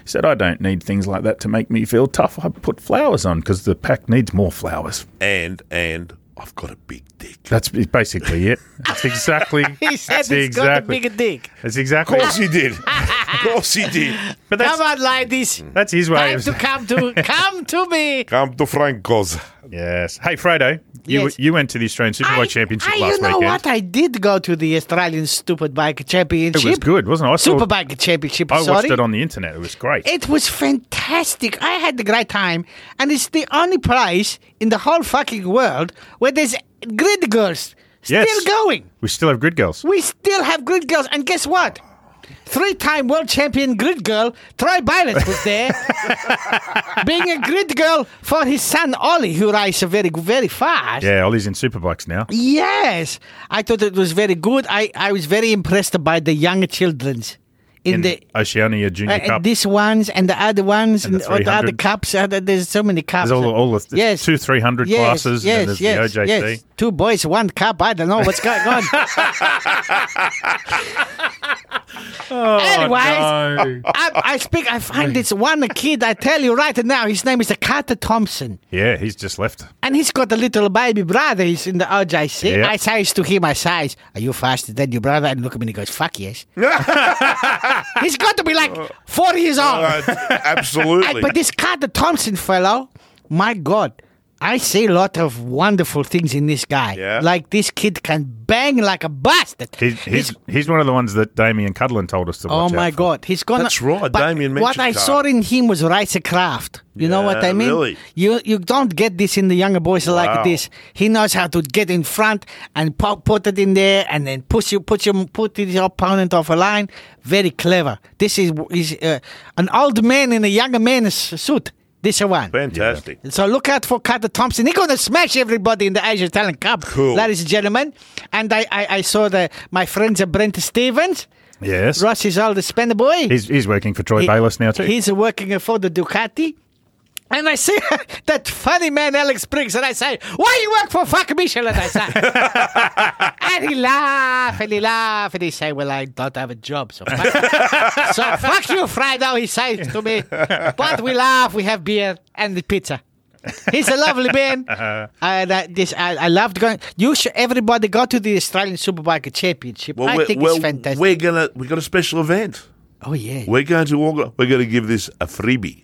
S2: he said, I don't need things like that to make me feel tough. I put flowers on because the pack needs more flowers.
S1: And, and I've got a big dick.
S2: That's basically it. That's exactly.
S3: He said
S2: that's
S3: he's
S2: exactly.
S3: got the bigger dick.
S2: That's
S1: Of
S2: exactly.
S1: course he did. of course he did.
S2: But that's,
S3: Come on, ladies.
S2: that's his way
S3: Time
S2: of
S3: to come to come to me.
S1: Come to Franco's.
S2: Oh. Yes. Hey, Fredo, you
S3: Yes.
S2: you went to the Australian Superbike Championship
S3: I,
S2: last
S3: you know
S2: weekend.
S3: what? I did go to the Australian Stupid Bike Championship.
S2: It was good, wasn't it? I saw.
S3: Superbike Championship.
S2: I watched
S3: sorry.
S2: it on the internet. It was great.
S3: It was fantastic. I had a great time, and it's the only place in the whole fucking world where there's grid girls still
S2: Yes.
S3: going.
S2: we still have grid girls.
S3: We still have grid girls, and guess what? Three-time world champion grid girl Troy Bylett was there, being a grid girl for his son Ollie, who rides very, very fast.
S2: Yeah, Ollie's in superbikes now.
S3: Yes, I thought it was very good. I, I was very impressed by the young childrens in,
S2: In
S3: the.
S2: Oceania Junior
S3: Uh,
S2: Cup.
S3: these ones and the other ones and,
S2: And the
S3: all the other
S2: 300.
S3: cups. Uh, th- there's so many cups.
S2: There's all, all the
S3: Yes.
S2: two, three hundred
S3: Yes,
S2: classes,
S3: yes,
S2: and there's
S3: yes,
S2: the OJC.
S3: yes. Two boys, one cup. I don't know what's going on.
S2: Oh,
S3: Anyways.
S2: no.
S3: I, I speak. I find this one kid. I tell you right now, his name is Carter Thompson,
S2: yeah, he's just left.
S3: and he's got a little baby brother. He's in the RJC.
S2: Yeah.
S3: I says to him, I says, "Are you faster than your brother?" And look at me, and he goes, "Fuck yes." he's got to be like four years old.
S1: Uh, absolutely.
S3: I- but this Carter Thompson fellow, my God, I see a lot of wonderful things in this guy.
S1: Yeah.
S3: Like this kid can bang like a bastard.
S2: He's, he's, he's one of the ones that Damien Cudlin told us to
S3: oh
S2: watch
S3: my
S2: out for.
S3: God, he's gonna.
S1: That's right,
S3: but
S1: Damien
S3: What
S1: mentioned
S3: I saw
S1: Carter.
S3: in him was rights of craft. You know what
S1: Yeah,
S3: I mean?
S1: really.
S3: You you don't get this in the younger boys like
S1: Wow.
S3: this. He knows how to get in front and po- put it in there, and then push you, put you, put your opponent off a line. Very clever. This is is uh, an old man in a younger man's suit. This one.
S1: Fantastic.
S3: So look out for Carter Thompson. He's gonna smash everybody in the Asian Talent Cup,
S1: Cool.
S3: ladies and gentlemen. And I, I, I saw the my friends uh, Brent Stevens,
S2: Yes.
S3: Ross is all the spender boy.
S2: He's, he's working for Troy
S3: He-
S2: Bayliss now, too.
S3: He's working for the Ducati. And I see that funny man Alex Briggs, and I say, "Why you work for fuck Michelin?" I say, and he laugh and he laugh and he say, "Well, I don't have a job, so fuck you. so fuck you, Friday." He says to me, "But we laugh, we have beer and the pizza." He's a lovely man,
S2: Uh-huh.
S3: and I, this I, I loved going. You should everybody go to the Australian Superbike Championship.
S1: Well,
S3: I
S1: we're,
S3: think
S1: well,
S3: it's fantastic.
S1: we're gonna we got a special event.
S3: oh yeah,
S1: We're going to orga- we're going to give this a freebie,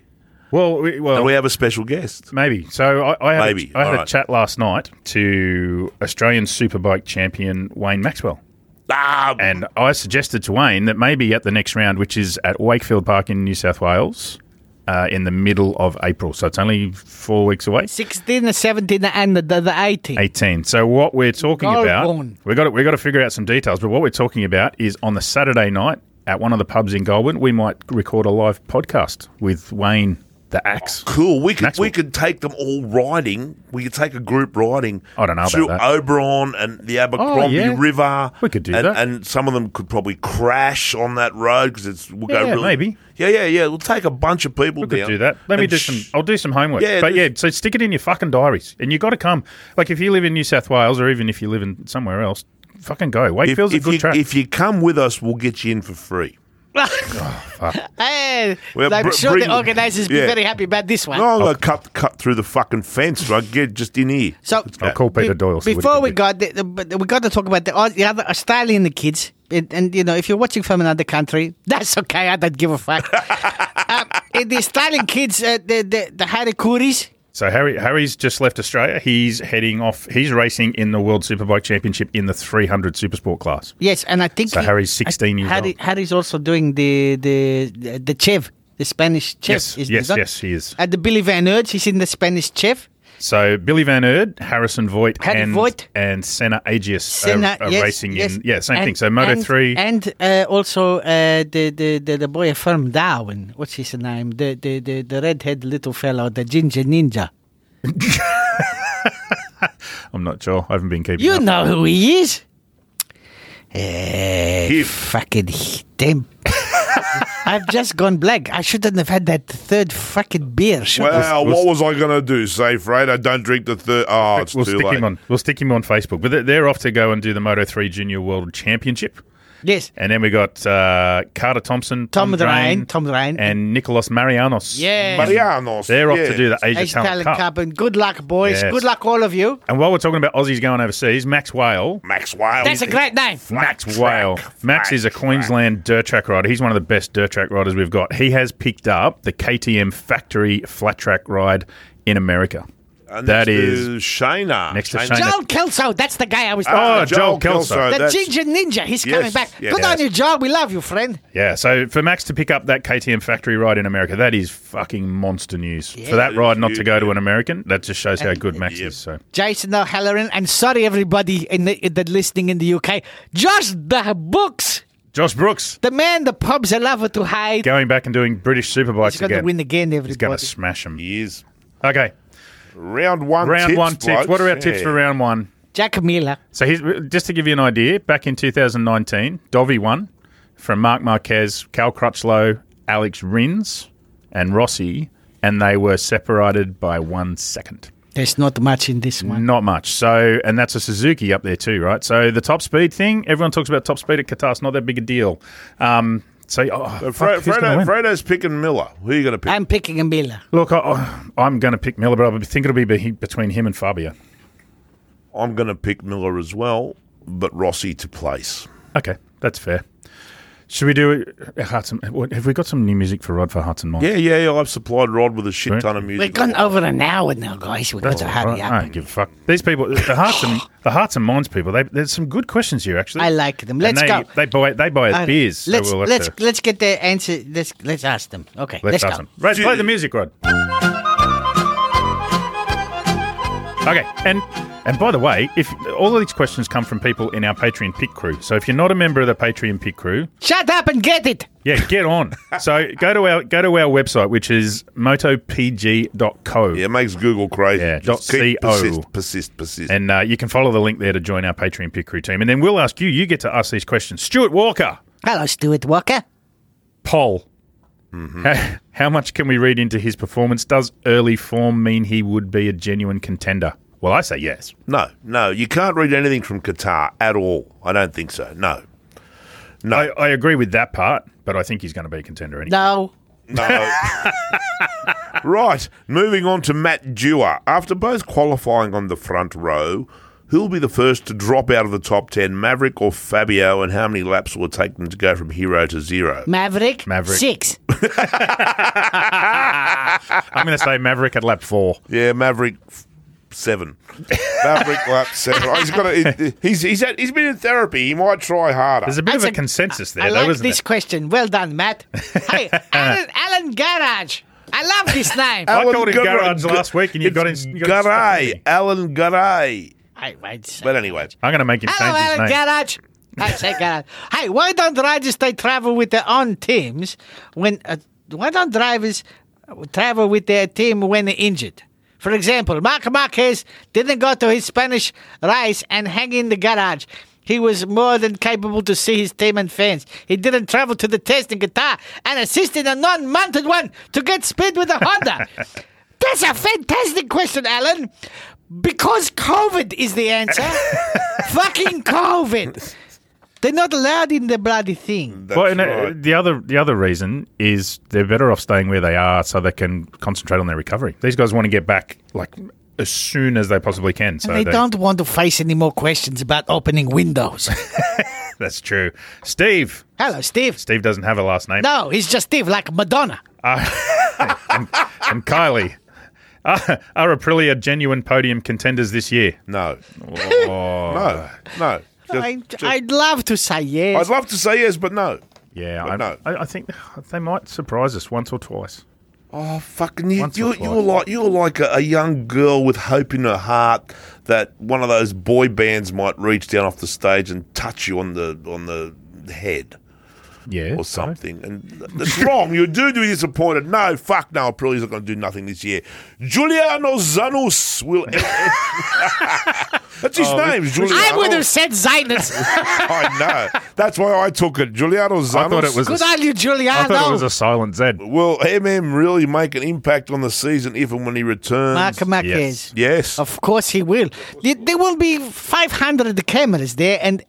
S2: well, we, well
S1: and we have a special guest.
S2: maybe. So I, I had,
S1: Maybe.
S2: A, I had
S1: All right.
S2: a chat last night to Australian Superbike champion Wayne Maxwell.
S1: Ah,
S2: And I suggested to Wayne that maybe at the next round, which is at Wakefield Park in New South Wales uh, in the middle of April. So it's only four weeks away.
S3: 16, the 17, and the, the, the 18.
S2: 18. So what we're talking
S3: Goal
S2: about,
S3: won.
S2: we got to, we got to figure out some details. But what we're talking about is on the Saturday night at one of the pubs in Goulburn, we might record a live podcast with Wayne the Axe.
S1: cool. We could
S2: Maxwell.
S1: we could take them all riding. We could take a group riding.
S2: I don't know about
S1: through
S2: that. Oh,
S1: Oberon and the Abercrombie
S2: yeah.
S1: River.
S2: We could do
S1: and,
S2: that.
S1: and some of them could probably crash on that road because it's we'll go
S2: Yeah,
S1: really
S2: maybe.
S1: yeah yeah yeah. We'll take a bunch of people
S2: We could
S1: down.
S2: do that. Let me
S1: and
S2: do
S1: sh-
S2: some. oh, I'll do some homework.
S1: Yeah,
S2: but yeah,
S1: there's-
S2: so stick it in your fucking diaries, and you got to come. Like if you live in New South Wales, or even if you live in somewhere else, fucking go.
S1: If,
S2: Wakefield's
S1: if
S2: a good
S1: you
S2: track.
S1: if you come with us, we'll get you in for free.
S3: Hey,
S1: Well,
S3: Eh, I'm
S1: br-
S3: sure
S1: bring-
S3: the organisers be
S1: yeah.
S3: very happy about this one.
S1: No,
S2: Oh.
S1: I'm gonna cut cut through the fucking fence. I get just in here.
S3: So
S2: I'll call Peter Doyle. see what he
S3: Before
S2: can
S3: we
S2: do.
S3: got the, the, but we got to talk about the, all the other Australian kids, and, and you know if you're watching from another country, that's okay. I don't give a fuck. um, in the Australian kids, uh, the the, the Harakuris.
S2: So Harry Harry's just left Australia. He's heading off. He's racing in the World Superbike Championship in the 300 Supersport class.
S3: Yes, and I think
S2: So Harry's 16 years
S3: Harry,
S2: old.
S3: Harry's also doing the the the, the Chev, the Spanish Chev.
S2: Yes,
S3: is
S2: yes,
S3: that?
S2: yes, he is.
S3: At the Billy Van Erds, he's in the Spanish Chev.
S2: So Billy Van Erd, Harrison Voigt,
S3: Harry
S2: and
S3: Voigt.
S2: and Senna Aegis
S3: Senna,
S2: are, are
S3: yes,
S2: racing
S3: yes.
S2: in yeah same
S3: And-
S2: thing. So Moto
S3: and-
S2: three.
S3: and uh, also uh, the, the the the boy from Darwin. What's his name? The the the, the redhead little fellow, the ginger ninja.
S2: I'm not sure. I haven't been keeping
S3: You
S2: up.
S3: know who he is? Eh,
S1: Him.
S3: fucking damn. I've just gone black. I shouldn't have had that third fucking beer. should I?
S1: Wow, what was I going to do? Say, Fred, I don't drink the third. Oh, it's
S2: we'll
S1: too
S2: stick
S1: late.
S2: him on. We'll stick him on Facebook. But they're- they're off to go and do the Moto three Junior World Championship.
S3: Yes.
S2: And then we got uh, Carter Thompson,
S3: Tom
S2: Tom Drain,
S3: Drain, Tom Drain.
S2: and Nicolas Marianos.
S3: Yeah.
S1: Marianos.
S2: They're off
S1: yeah.
S2: to do the Asia,
S3: Asian Talent
S2: Cup.
S3: Cup. And good luck, boys.
S2: Yes.
S3: Good luck, all of you.
S2: And while we're talking about Aussies going overseas, Max Whale.
S1: Max Wales.
S3: That's a great name.
S2: Max Whale. Max is a Queensland dirt track rider. He's one of the best dirt track riders we've got. He has picked up the KTM factory flat track ride in America.
S1: And
S2: that
S1: Uh, next
S2: is.
S1: to Shayna.
S2: next to
S1: Shayna.
S2: Shayna.
S1: Jo-
S3: Joel Kelso. That's the guy I was.
S2: Oh,
S1: uh,
S2: Joel Kelso.
S1: Kelso.
S3: The
S1: That's-
S3: Ginger Ninja, he's
S1: Yes,
S3: coming back.
S1: yes.
S3: Good on you, Joe. We love you, friend.
S2: Yeah, so for Max to pick up that KTM factory ride in America, that is fucking monster news. For that ride not to go to an American, that just shows how good Max
S1: Yep.
S2: is. So
S3: Jason O'Halloran, and sorry everybody in the, in the listening in the UK. Josh the Books
S2: Josh Brooks
S3: The man the pubs allow to hide.
S2: going back and doing British
S3: He's
S2: Superbikes
S3: going to
S2: again.
S3: win again,
S2: He's going
S3: everybody.
S2: to smash them.
S1: He is.
S2: Okay,
S1: Round one
S2: round
S1: tips,
S2: one tips.
S1: blokes.
S2: What are our tips
S1: Yeah.
S2: for round one?
S3: Jack Miller.
S2: So here's, just to give you an idea, back in 2019, Dovey won from Mark Marquez, Cal Crutchlow, Alex Rins, and Rossi, and they were separated by one second.
S3: There's not much in this one.
S2: Not much. So, and that's a Suzuki up there too, right? So the top speed thing, everyone talks about top speed at Qatar. It's not that big a deal. Um, so, oh,
S1: But
S2: fuck,
S1: Uh, Fre-
S2: who's gonna
S1: Fredo,
S2: win?
S1: Fredo's picking Miller. Who are you
S2: Mm.
S1: going to pick?
S3: I'm picking a Miller.
S2: Look, I- I, I'm going to pick Miller, but I think it'll be be- between him and Fabio.
S1: I'm going to pick Miller as well, but Rossi to place.
S2: Okay, that's fair. Should we do uh, Hearts and what- Have we got some new music for Rod for Hearts and Minds?
S1: Yeah, yeah, yeah. I've supplied Rod with a shit ton of
S3: We've
S1: music.
S3: gone over an hour now, guys. We've got to
S2: All
S3: hurry
S2: right,
S3: up.
S2: I don't give a fuck. These people, the hearts and the hearts and minds people. They, there's some good questions here actually.
S3: I like them.
S2: And
S3: Let's
S2: they,
S3: go.
S2: They buy they buy us
S3: Uh,
S2: beers. so
S3: let's
S2: we'll have
S3: let's
S2: to-
S3: let's get the answer. Let's let's ask them. Okay,
S2: let's
S3: let's, go.
S2: ask them. Right, play the music, Rod. Okay, and and by the way, if all of these questions come from people in our Patreon pick crew, so if you're not a member of the Patreon pick crew,
S3: Shut up and get it.
S2: yeah, get on. so go to our go to our website, which is motopg.co.
S1: Yeah, it makes Google crazy.
S2: Yeah,
S1: Just
S2: dot
S1: keep
S2: co.
S1: persist, persist, persist.
S2: And uh, you can follow the link there to join our Patreon Pick Crew team. And then we'll ask you, you get to ask these questions. Stuart Walker,
S3: Hello, Stuart Walker.
S2: poll.
S1: Mm-hmm.
S2: How, how much can we read into his performance? Does early form mean he would be a genuine contender? Well, I say yes.
S1: no, no, you can't read anything from Qatar at all. I don't think so. No,
S2: I, I agree with that part, but I think he's going to be a contender anyway.
S3: No,
S1: No. Uh, right, moving on to Matt Dewar. After both qualifying on the front row, who'll be the first to drop out of the top 10, Maverick or Fabio, and how many laps will it take them to go from hero to zero?
S3: Maverick.
S2: Maverick.
S3: Six.
S2: I'm going to say Maverick at lap four.
S1: Yeah, Maverick f- seven. Maverick lap seven. Oh, He's got a, he- he's he's, had, he's been in therapy. He might try harder.
S2: There's a bit
S3: I
S2: of a
S3: think-
S2: consensus there,
S3: I
S2: though,
S3: like
S2: isn't
S3: this
S2: it?
S3: question. Well done, Matt. hey, Alan, Alan Garage. I love this name.
S2: I
S1: Alan
S2: called him
S1: Garay-
S2: Garage last week, and you
S1: It's
S2: got in. You got in-
S1: Garay, Alan Garay.
S3: I, I'd say-
S1: But anyway,
S2: I'm going to make him
S3: Hello,
S2: change his
S3: Alan
S2: name.
S3: Garage. I say Garage. Hey, why don't drivers they travel with their own teams when? Uh, why don't drivers travel with their team when they're injured? For example, Mark Marquez didn't go to his Spanish race and hang in the garage. He was more than capable to see his team and fans. He didn't travel to the test in Qatar and assisted a non-mounted one to get speed with a Honda. That's a fantastic question, Alan. Because COVID is the answer. Fucking COVID. They're not allowed in the bloody thing.
S1: that's
S2: Well, and, uh,
S1: right.
S2: the other the other reason is they're better off staying where they are so they can concentrate on their recovery. These guys want to get back like as soon as they possibly can. So
S3: They don't want to face any more questions about opening windows.
S2: That's true. Steve.
S3: Hello, Steve.
S2: Steve doesn't have a last name.
S3: No, he's just Steve, like Madonna.
S2: And Kylie. Are, are Aprilia genuine podium contenders this year?
S1: no, no, no. Just-
S3: I,
S1: just-
S3: I'd love to say yes.
S1: I'd love to say yes, but no.
S2: Yeah,
S1: But
S2: I,
S1: no.
S2: I, I think they might surprise us once or twice.
S1: Oh fucking you!
S2: Once
S1: You're,
S2: or
S1: you're like you're like a, a young girl with hope in her heart that one of those boy bands might reach down off the stage and touch you on the on the head
S2: Yeah,
S1: or something. And th- that's wrong. You do be disappointed. No, fuck no. Aprilia's not going to do nothing this year. Giuliano Zanus will. that's his
S2: Oh,
S1: name. Giuliano.
S3: I would have said Zaynus.
S1: I know. That's why I took it. Giuliano Zanus.
S2: I thought it was.
S3: Good
S2: A,
S3: on you,
S2: I thought it was
S3: Giuliano.
S2: a silent Z.
S1: Will MM really make an impact on the season if and when he returns?
S3: Mark Oh, Marquez.
S2: Yes.
S1: yes.
S3: Of course he will. There there will be 500 cameras there and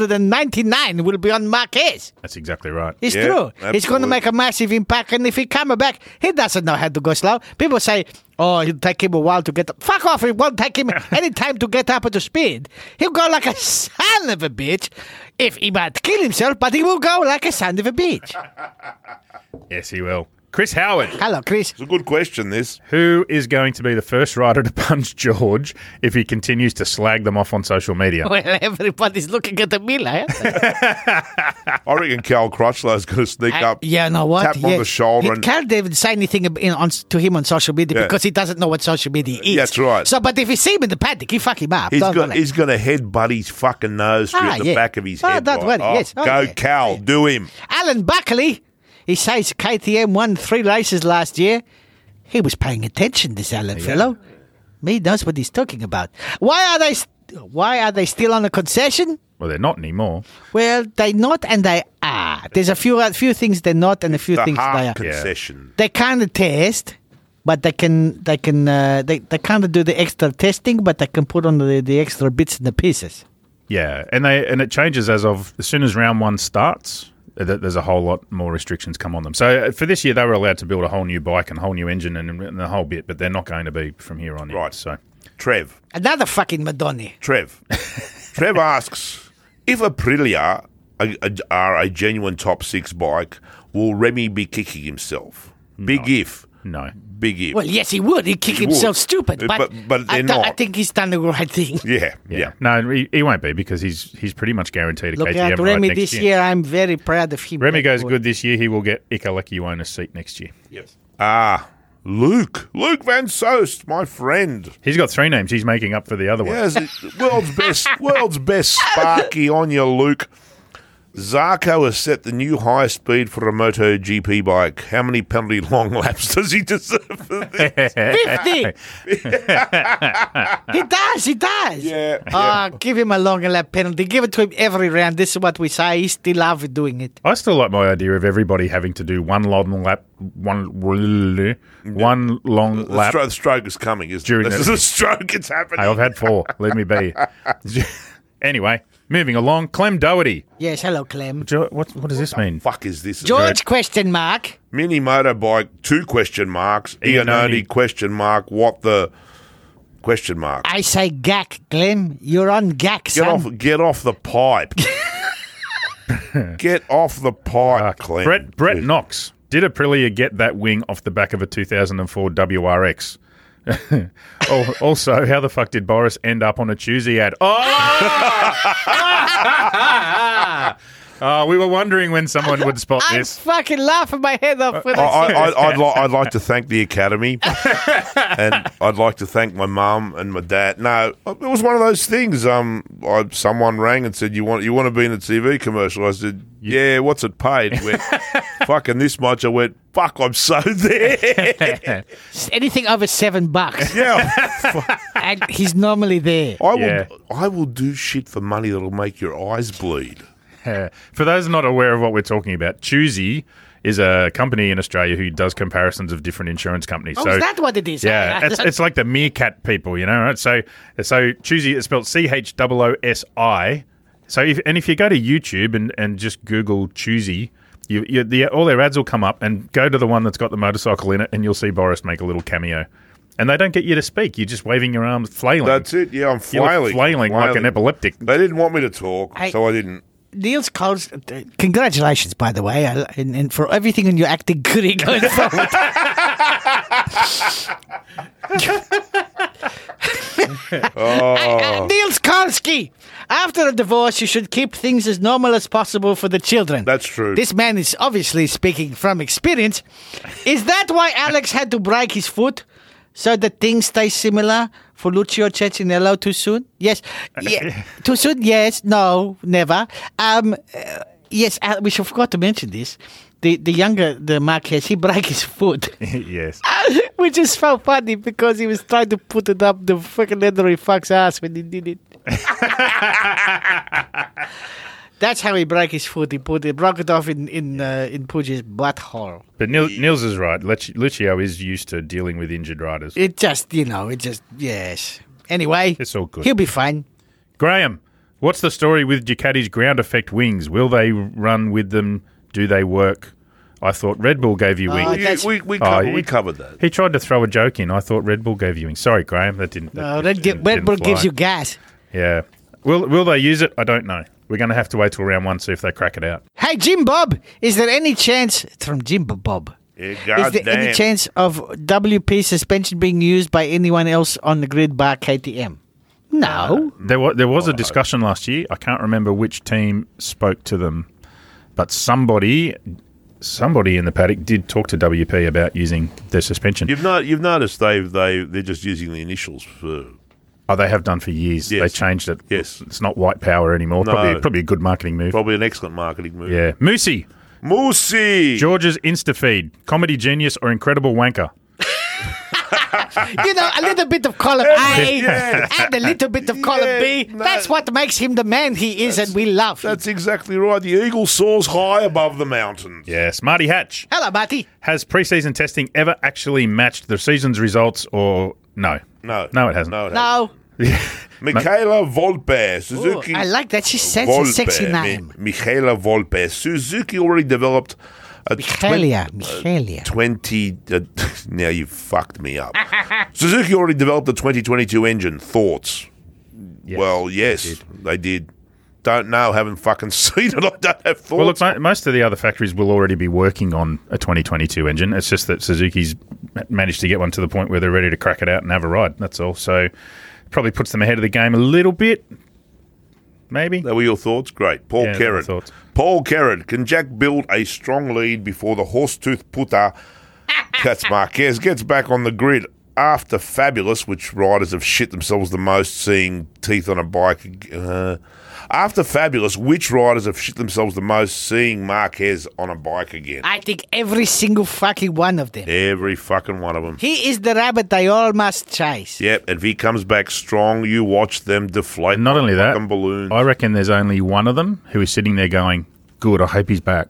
S3: 499 will be on Marquez.
S2: That's exactly right.
S3: It's
S1: Yeah,
S3: true. It's going to
S1: absolutely.
S3: make a massive impact. And if he come back, he doesn't know how to go slow. People say, oh, it'll take him a while to get up. Fuck off. It won't take him any time to get up to speed. He'll go like a son of a bitch. If he might kill himself, but he will go like a son of a bitch.
S2: Yes, he will. Chris Howard.
S3: Hello, Chris.
S1: It's a good question, this.
S2: Who is going to be the first rider to punch George if he continues to slag them off on social media?
S3: Well, everybody's looking at the Miller. eh?
S1: I reckon Cal Crutchlow's going to sneak
S3: I-
S1: up.
S3: yeah, no what?
S1: Tap him
S3: yeah.
S1: on the shoulder.
S3: He
S1: and
S3: can't even say anything ab- in, on, to him on social media
S1: Yeah.
S3: because he doesn't know what social media is.
S1: That's right.
S3: So, but if you see him in the paddock, you fuck him up.
S1: He's
S3: don't
S1: got,
S3: worry.
S1: he's got a head buddy's fucking nose through
S3: Ah,
S1: the
S3: yeah.
S1: back of his
S3: Oh,
S1: head.
S3: don't
S1: right?
S3: worry, yes. Oh,
S1: go
S3: yeah.
S1: Cal, do him.
S3: Alan Buckley, he says KTM won three races last year. He was paying attention, this Alan fellow. He knows what he's talking about. Why are they? St- why are they still on the concession?
S2: Well, they're not anymore.
S3: Well, they not and they are. There's a few a few things they're not and a few
S1: The
S3: things they are.
S1: heart concession.
S3: They kind of test, but they can they can uh, they they kind of do the extra testing, but they can put on the, the extra bits and the pieces.
S2: Yeah, and they and it changes as of as soon as round one starts. th- There's a whole lot more restrictions come on them. So uh, for this year, they were allowed to build a whole new bike and a whole new engine and, and the whole bit, but they're not going to be from here on. in.
S1: Right.
S2: So
S1: Trev.
S3: Another fucking Madonna.
S1: Trev. Trev asks if Aprilia are a- are a genuine top six bike, will Remy be kicking himself? Big if.
S2: no,
S1: Big if.
S3: Well, yes, he would. He'd kick
S1: He
S3: himself
S1: would.
S3: stupid,
S1: Uh,
S3: but,
S1: but- but
S3: I,
S1: they're
S3: th- I
S1: not.
S3: think he's done the right thing.
S1: yeah, yeah.
S2: yeah, no, he, he won't be because he's he's pretty much guaranteed a
S3: Look
S2: KTM
S3: at
S2: ride
S3: Remy
S2: next
S3: this year. I'm very proud of him.
S2: Remy
S3: That
S2: goes
S3: boy.
S2: good this year. He will get Ika Lekiwona's seat next year.
S1: Ah, Luke. Luke Van Soest, my friend.
S2: He's got three names. He's making up for the other one.
S1: Yes, it- world's best, world's best Sparky on your Luke. Zarko has set the new high speed for a Moto GP bike. How many penalty long laps does he deserve for this?
S3: 50. he does, he does.
S1: Yeah,
S3: Ah, give him a long lap penalty. Give it to him every round. This is what we say. He still love doing it.
S2: I still like my idea of everybody having to do one long lap, one one long
S1: The,
S2: lap.
S1: stro- the stroke is coming, isn't
S2: During
S1: it? This
S2: the-
S1: is a stroke. It's happening.
S2: Hey, I've had four. Let me be. anyway, moving along. Clem Doherty.
S3: Yes, hello, Clem.
S2: Jo- What, what does this mean?
S1: Fuck is this?
S3: George, question mark.
S1: Mini motorbike, two question marks.
S2: Ianoni.
S1: Ianoni, question mark. What the? Question mark.
S3: I say gack, Clem. You're on gack,
S1: Get
S3: son.
S1: off, get off the pipe. get off the pipe, Clem.
S2: Uh, Brett Brett Knox. Did Aprilia get that wing off the back of a 2004 WRX? Al- also, how the fuck did Boris end up on a Tuesday ad? Oh! Oh, we were wondering when someone would spot
S3: I'm
S2: this.
S3: fucking laughing my head off with
S1: I, I,
S3: this.
S1: I, I'd, li- I'd like to thank the academy, and I'd like to thank my mum and my dad. No, it was one of those things. Um, I, someone rang and said, "You want you want to be in a TV commercial?" I said, "Yeah, what's it paid?" Went, Fucking this much. I went, "Fuck, I'm so there."
S3: Anything over seven bucks.
S1: yeah,
S3: and he's normally there.
S1: I will.
S2: Yeah.
S1: I will do shit for money that'll make your eyes bleed.
S2: Uh, For those not aware of what we're talking about, Choosy is a company in Australia who does comparisons of different insurance companies.
S3: Oh,
S2: so
S3: is that what it is?
S2: yeah,
S3: I- I-
S2: it's, it's like the meerkat people, you know. Right? So so Choosy is spelled C H O O S I. So if and if you go to YouTube and, and just Google Choosy, you, you the all their ads will come up and go to the one that's got the motorcycle in it, and you'll see Boris make a little cameo. And they don't get you to speak. You're just waving your arms, flailing.
S1: That's it. Yeah, I'm
S2: You're
S1: flailing,
S2: flailing like an epileptic.
S1: They didn't want me to talk,
S3: Hey.
S1: so I didn't.
S3: Niels Coles, uh, congratulations, by the way, I- and, and for everything in your acting career going forward.
S1: Oh,
S3: Uh, Niels Karlsky, after a divorce, you should keep things as normal as possible for the children.
S1: That's true.
S3: This man is obviously speaking from experience. Is that why Alex had to break his foot so that things stay similar for Lucio Cecinello too soon? Yes. Yeah. too soon? Yes. No, never. Um, uh, yes, Al- we should forgot to mention this. The, the younger, the Marquez, he broke his foot.
S2: yes.
S3: Which is so funny because he was trying to put it up the fucking leathery fuck's ass when he did it. That's how he broke his foot. He put it, broke it off in in uh, in Pooja's butthole.
S2: But Nil- Nils is right. Luci- Lucio is used to dealing with injured riders.
S3: It just, you know, it just, yes. Anyway,
S2: It's all good.
S3: He'll be fine.
S2: Graham, what's the story with Ducati's ground effect wings? Will they run with them? Do they work? I thought Red Bull gave you wings.
S3: Oh,
S1: You-
S3: that's-
S1: Uh, we, we,
S2: Oh,
S1: covered,
S2: you-
S1: we covered that.
S2: he tried to throw a joke in. I thought Red Bull gave you wings. Sorry, Graham, that didn't. that
S3: Uh, Red,
S2: didn't-
S3: Red
S2: didn't
S3: Bull
S2: fly.
S3: gives you gas.
S2: Yeah. Will Will they use it? I don't know. We're going to have to wait till round one see if they crack it out.
S3: Hey, Jim Bob, is there any chance from Jim Bob?
S2: Eh,
S1: Yeah,
S3: Is there any
S1: goddamn.
S3: chance of WP suspension being used by anyone else on the grid bar KTM? No.
S2: There was there
S1: Oh.
S2: was a discussion last year. I can't remember which team spoke to them, but somebody somebody in the paddock did talk to WP about using their suspension.
S1: You've not you've noticed they they they're just using the initials for
S2: oh, they have done for years.
S1: Yes.
S2: They changed it.
S1: Yes.
S2: it's not white power anymore.
S1: No.
S2: Probably probably a good marketing move.
S1: probably an excellent marketing move.
S2: yeah, Moosey,
S1: Moosey.
S2: George's Insta feed, comedy genius or incredible wanker.
S3: you know, a little bit of column A
S1: Yeah.
S3: and a little bit of column
S1: Yeah,
S3: B.
S1: no.
S3: That's what makes him the man he is, and we love him.
S1: That's exactly right. The eagle soars high above the mountains.
S2: Yes, Marty Hatch.
S3: Hello, Marty.
S2: Has preseason testing ever actually matched the season's results or no?
S1: No.
S2: No, it hasn't.
S1: No. It hasn't.
S3: No.
S1: Michaela Volpe,
S3: Ooh,
S1: Suzuki.
S3: I like that. She says a sexy
S1: Mi-
S3: name.
S1: Michaela Volpe. Suzuki already developed a Uh,
S3: Michaelia. Michaelia.
S1: 20 uh, now you fucked me up suzuki already developed the 2022 engine thoughts well yes they did. don't know haven't fucking seen it i don't have thoughts
S2: Well, look, mo- most of the other factories will already be working on a 2022 engine. It's just that Suzuki's ma- managed to get one to the point where they're ready to crack it out and have a ride. That's all. So probably puts them ahead of the game a little bit, maybe.
S1: that were your thoughts great paul
S2: Yeah, they're my
S1: Kerrod.
S2: thoughts.
S1: paul Kerrod, can jack build a strong lead before the horse tooth putter Katz Marquez gets back on the grid after Fabulous, which riders have shit themselves the most seeing teeth on a bike. Uh, after Fabulous, which riders have shit themselves the most seeing Marquez on a bike again?
S3: I think every single fucking one of them.
S1: Every fucking one of them.
S3: He is the rabbit they all must chase.
S1: Yep, if he comes back strong, you watch them deflate.
S2: And not only that,
S1: fucking balloons.
S2: I reckon there's only one of them who is sitting there going, Good, I hope he's back.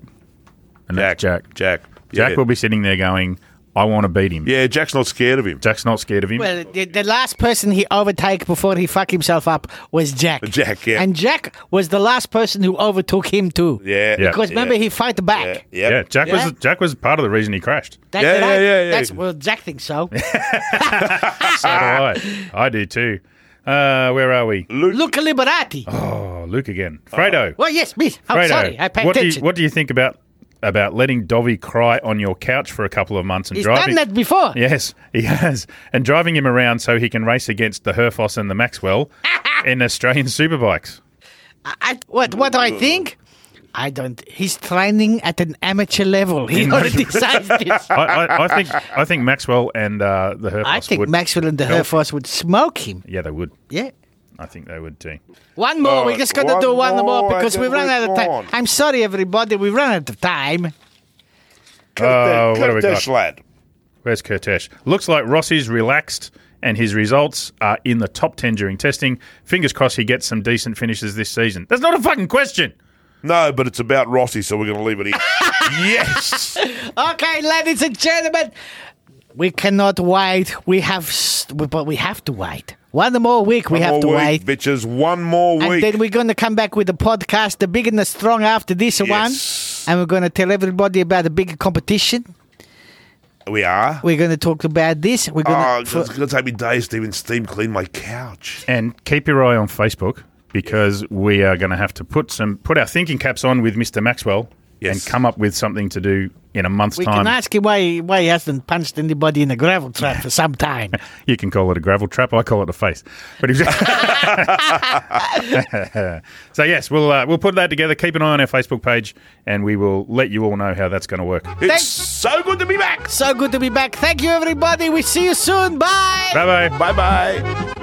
S2: And
S1: Jack,
S2: that's Jack.
S1: Jack,
S2: Jack
S1: yeah.
S2: will be sitting there going, I want to beat him.
S1: Yeah, Jack's not scared of him.
S2: Jack's not scared of him.
S3: Well, the, the last person he overtake before he fucked himself up was Jack.
S1: Jack, yeah.
S3: And Jack was the last person who overtook him too.
S1: Yeah,
S2: Yeah.
S3: Because remember,
S1: yeah,
S3: he fight back.
S1: yeah, yeah.
S2: yeah, Jack
S3: Yeah.
S2: was Jack was part of the reason he crashed.
S3: That's
S1: Yeah,
S3: right.
S1: yeah, yeah, yeah.
S3: That's well, Jack thinks so.
S2: So do
S1: Ah.
S2: I. I do too. Uh, where are we?
S3: Luca Liberati.
S2: Oh, Luke again. Fredo.
S1: Oh.
S3: Well, yes, me. I'm
S2: Fredo,
S3: Oh, sorry. I pay
S2: what do
S3: attention.
S2: you, what do you think about about letting Dovey cry on your couch for a couple of months and
S3: He's
S2: driving?
S3: done that before.
S2: Yes, he has, and driving him around so he can race against the Herfoss and the Maxwell in Australian superbikes.
S3: I, I- what what do I think? I don't. He's training at an amateur level. He already decides this.
S2: I, I, I think I think Maxwell and uh, the Herfoss
S3: I think
S2: would.
S3: Maxwell and the Herfoss would smoke him.
S2: yeah, they would.
S3: Yeah.
S2: I think they would too.
S3: One more. we just got to
S1: Uh, one
S3: do one more,
S1: more,
S3: because
S1: and
S3: we
S1: then
S3: run
S1: we're
S3: out of time.
S1: gone.
S3: I'm sorry, everybody. We run out of time.
S1: Cut that-
S2: Oh, what
S1: cut
S2: have we
S1: that
S2: got?
S1: slat.
S2: Where's Kurtesh? Looks like Rossi's relaxed and his results are in the top 10 during testing. Fingers crossed he gets some decent finishes this season. That's not a fucking question.
S1: No, but it's about Rossi, so we're going to leave it here. yes.
S3: Okay, ladies and gentlemen, we cannot wait. We have, s- but we have to wait. One more week. We
S1: One
S3: have
S1: more
S3: to
S1: week,
S3: wait.
S1: bitches. One more
S3: And
S1: week.
S3: then we're going to come back with the podcast, the big and the strong after this
S1: Yes.
S3: one. And we're going to tell everybody about the big competition.
S1: we are.
S3: We're going to talk about this. We're going
S1: Oh, it's
S3: to.
S1: going to take me days to even steam clean my couch.
S2: And keep your eye on Facebook because we are going to have to put some put our thinking caps on with Mr. Maxwell
S1: Yes.
S2: and come up with something to do in a month's
S3: we
S2: time.
S3: can ask him why, he- why he hasn't punched anybody in a gravel trap for some time.
S2: You can call it a gravel trap. I call it a face. But if so yes, we'll uh, we'll put that together. Keep an eye on our Facebook page, and we will let you all know how that's going to work. Bye
S1: It's
S3: Thanks.
S1: so good to be back.
S3: so good to be back. Thank you, everybody. We see you soon. Bye.
S2: bye.
S1: Bye bye.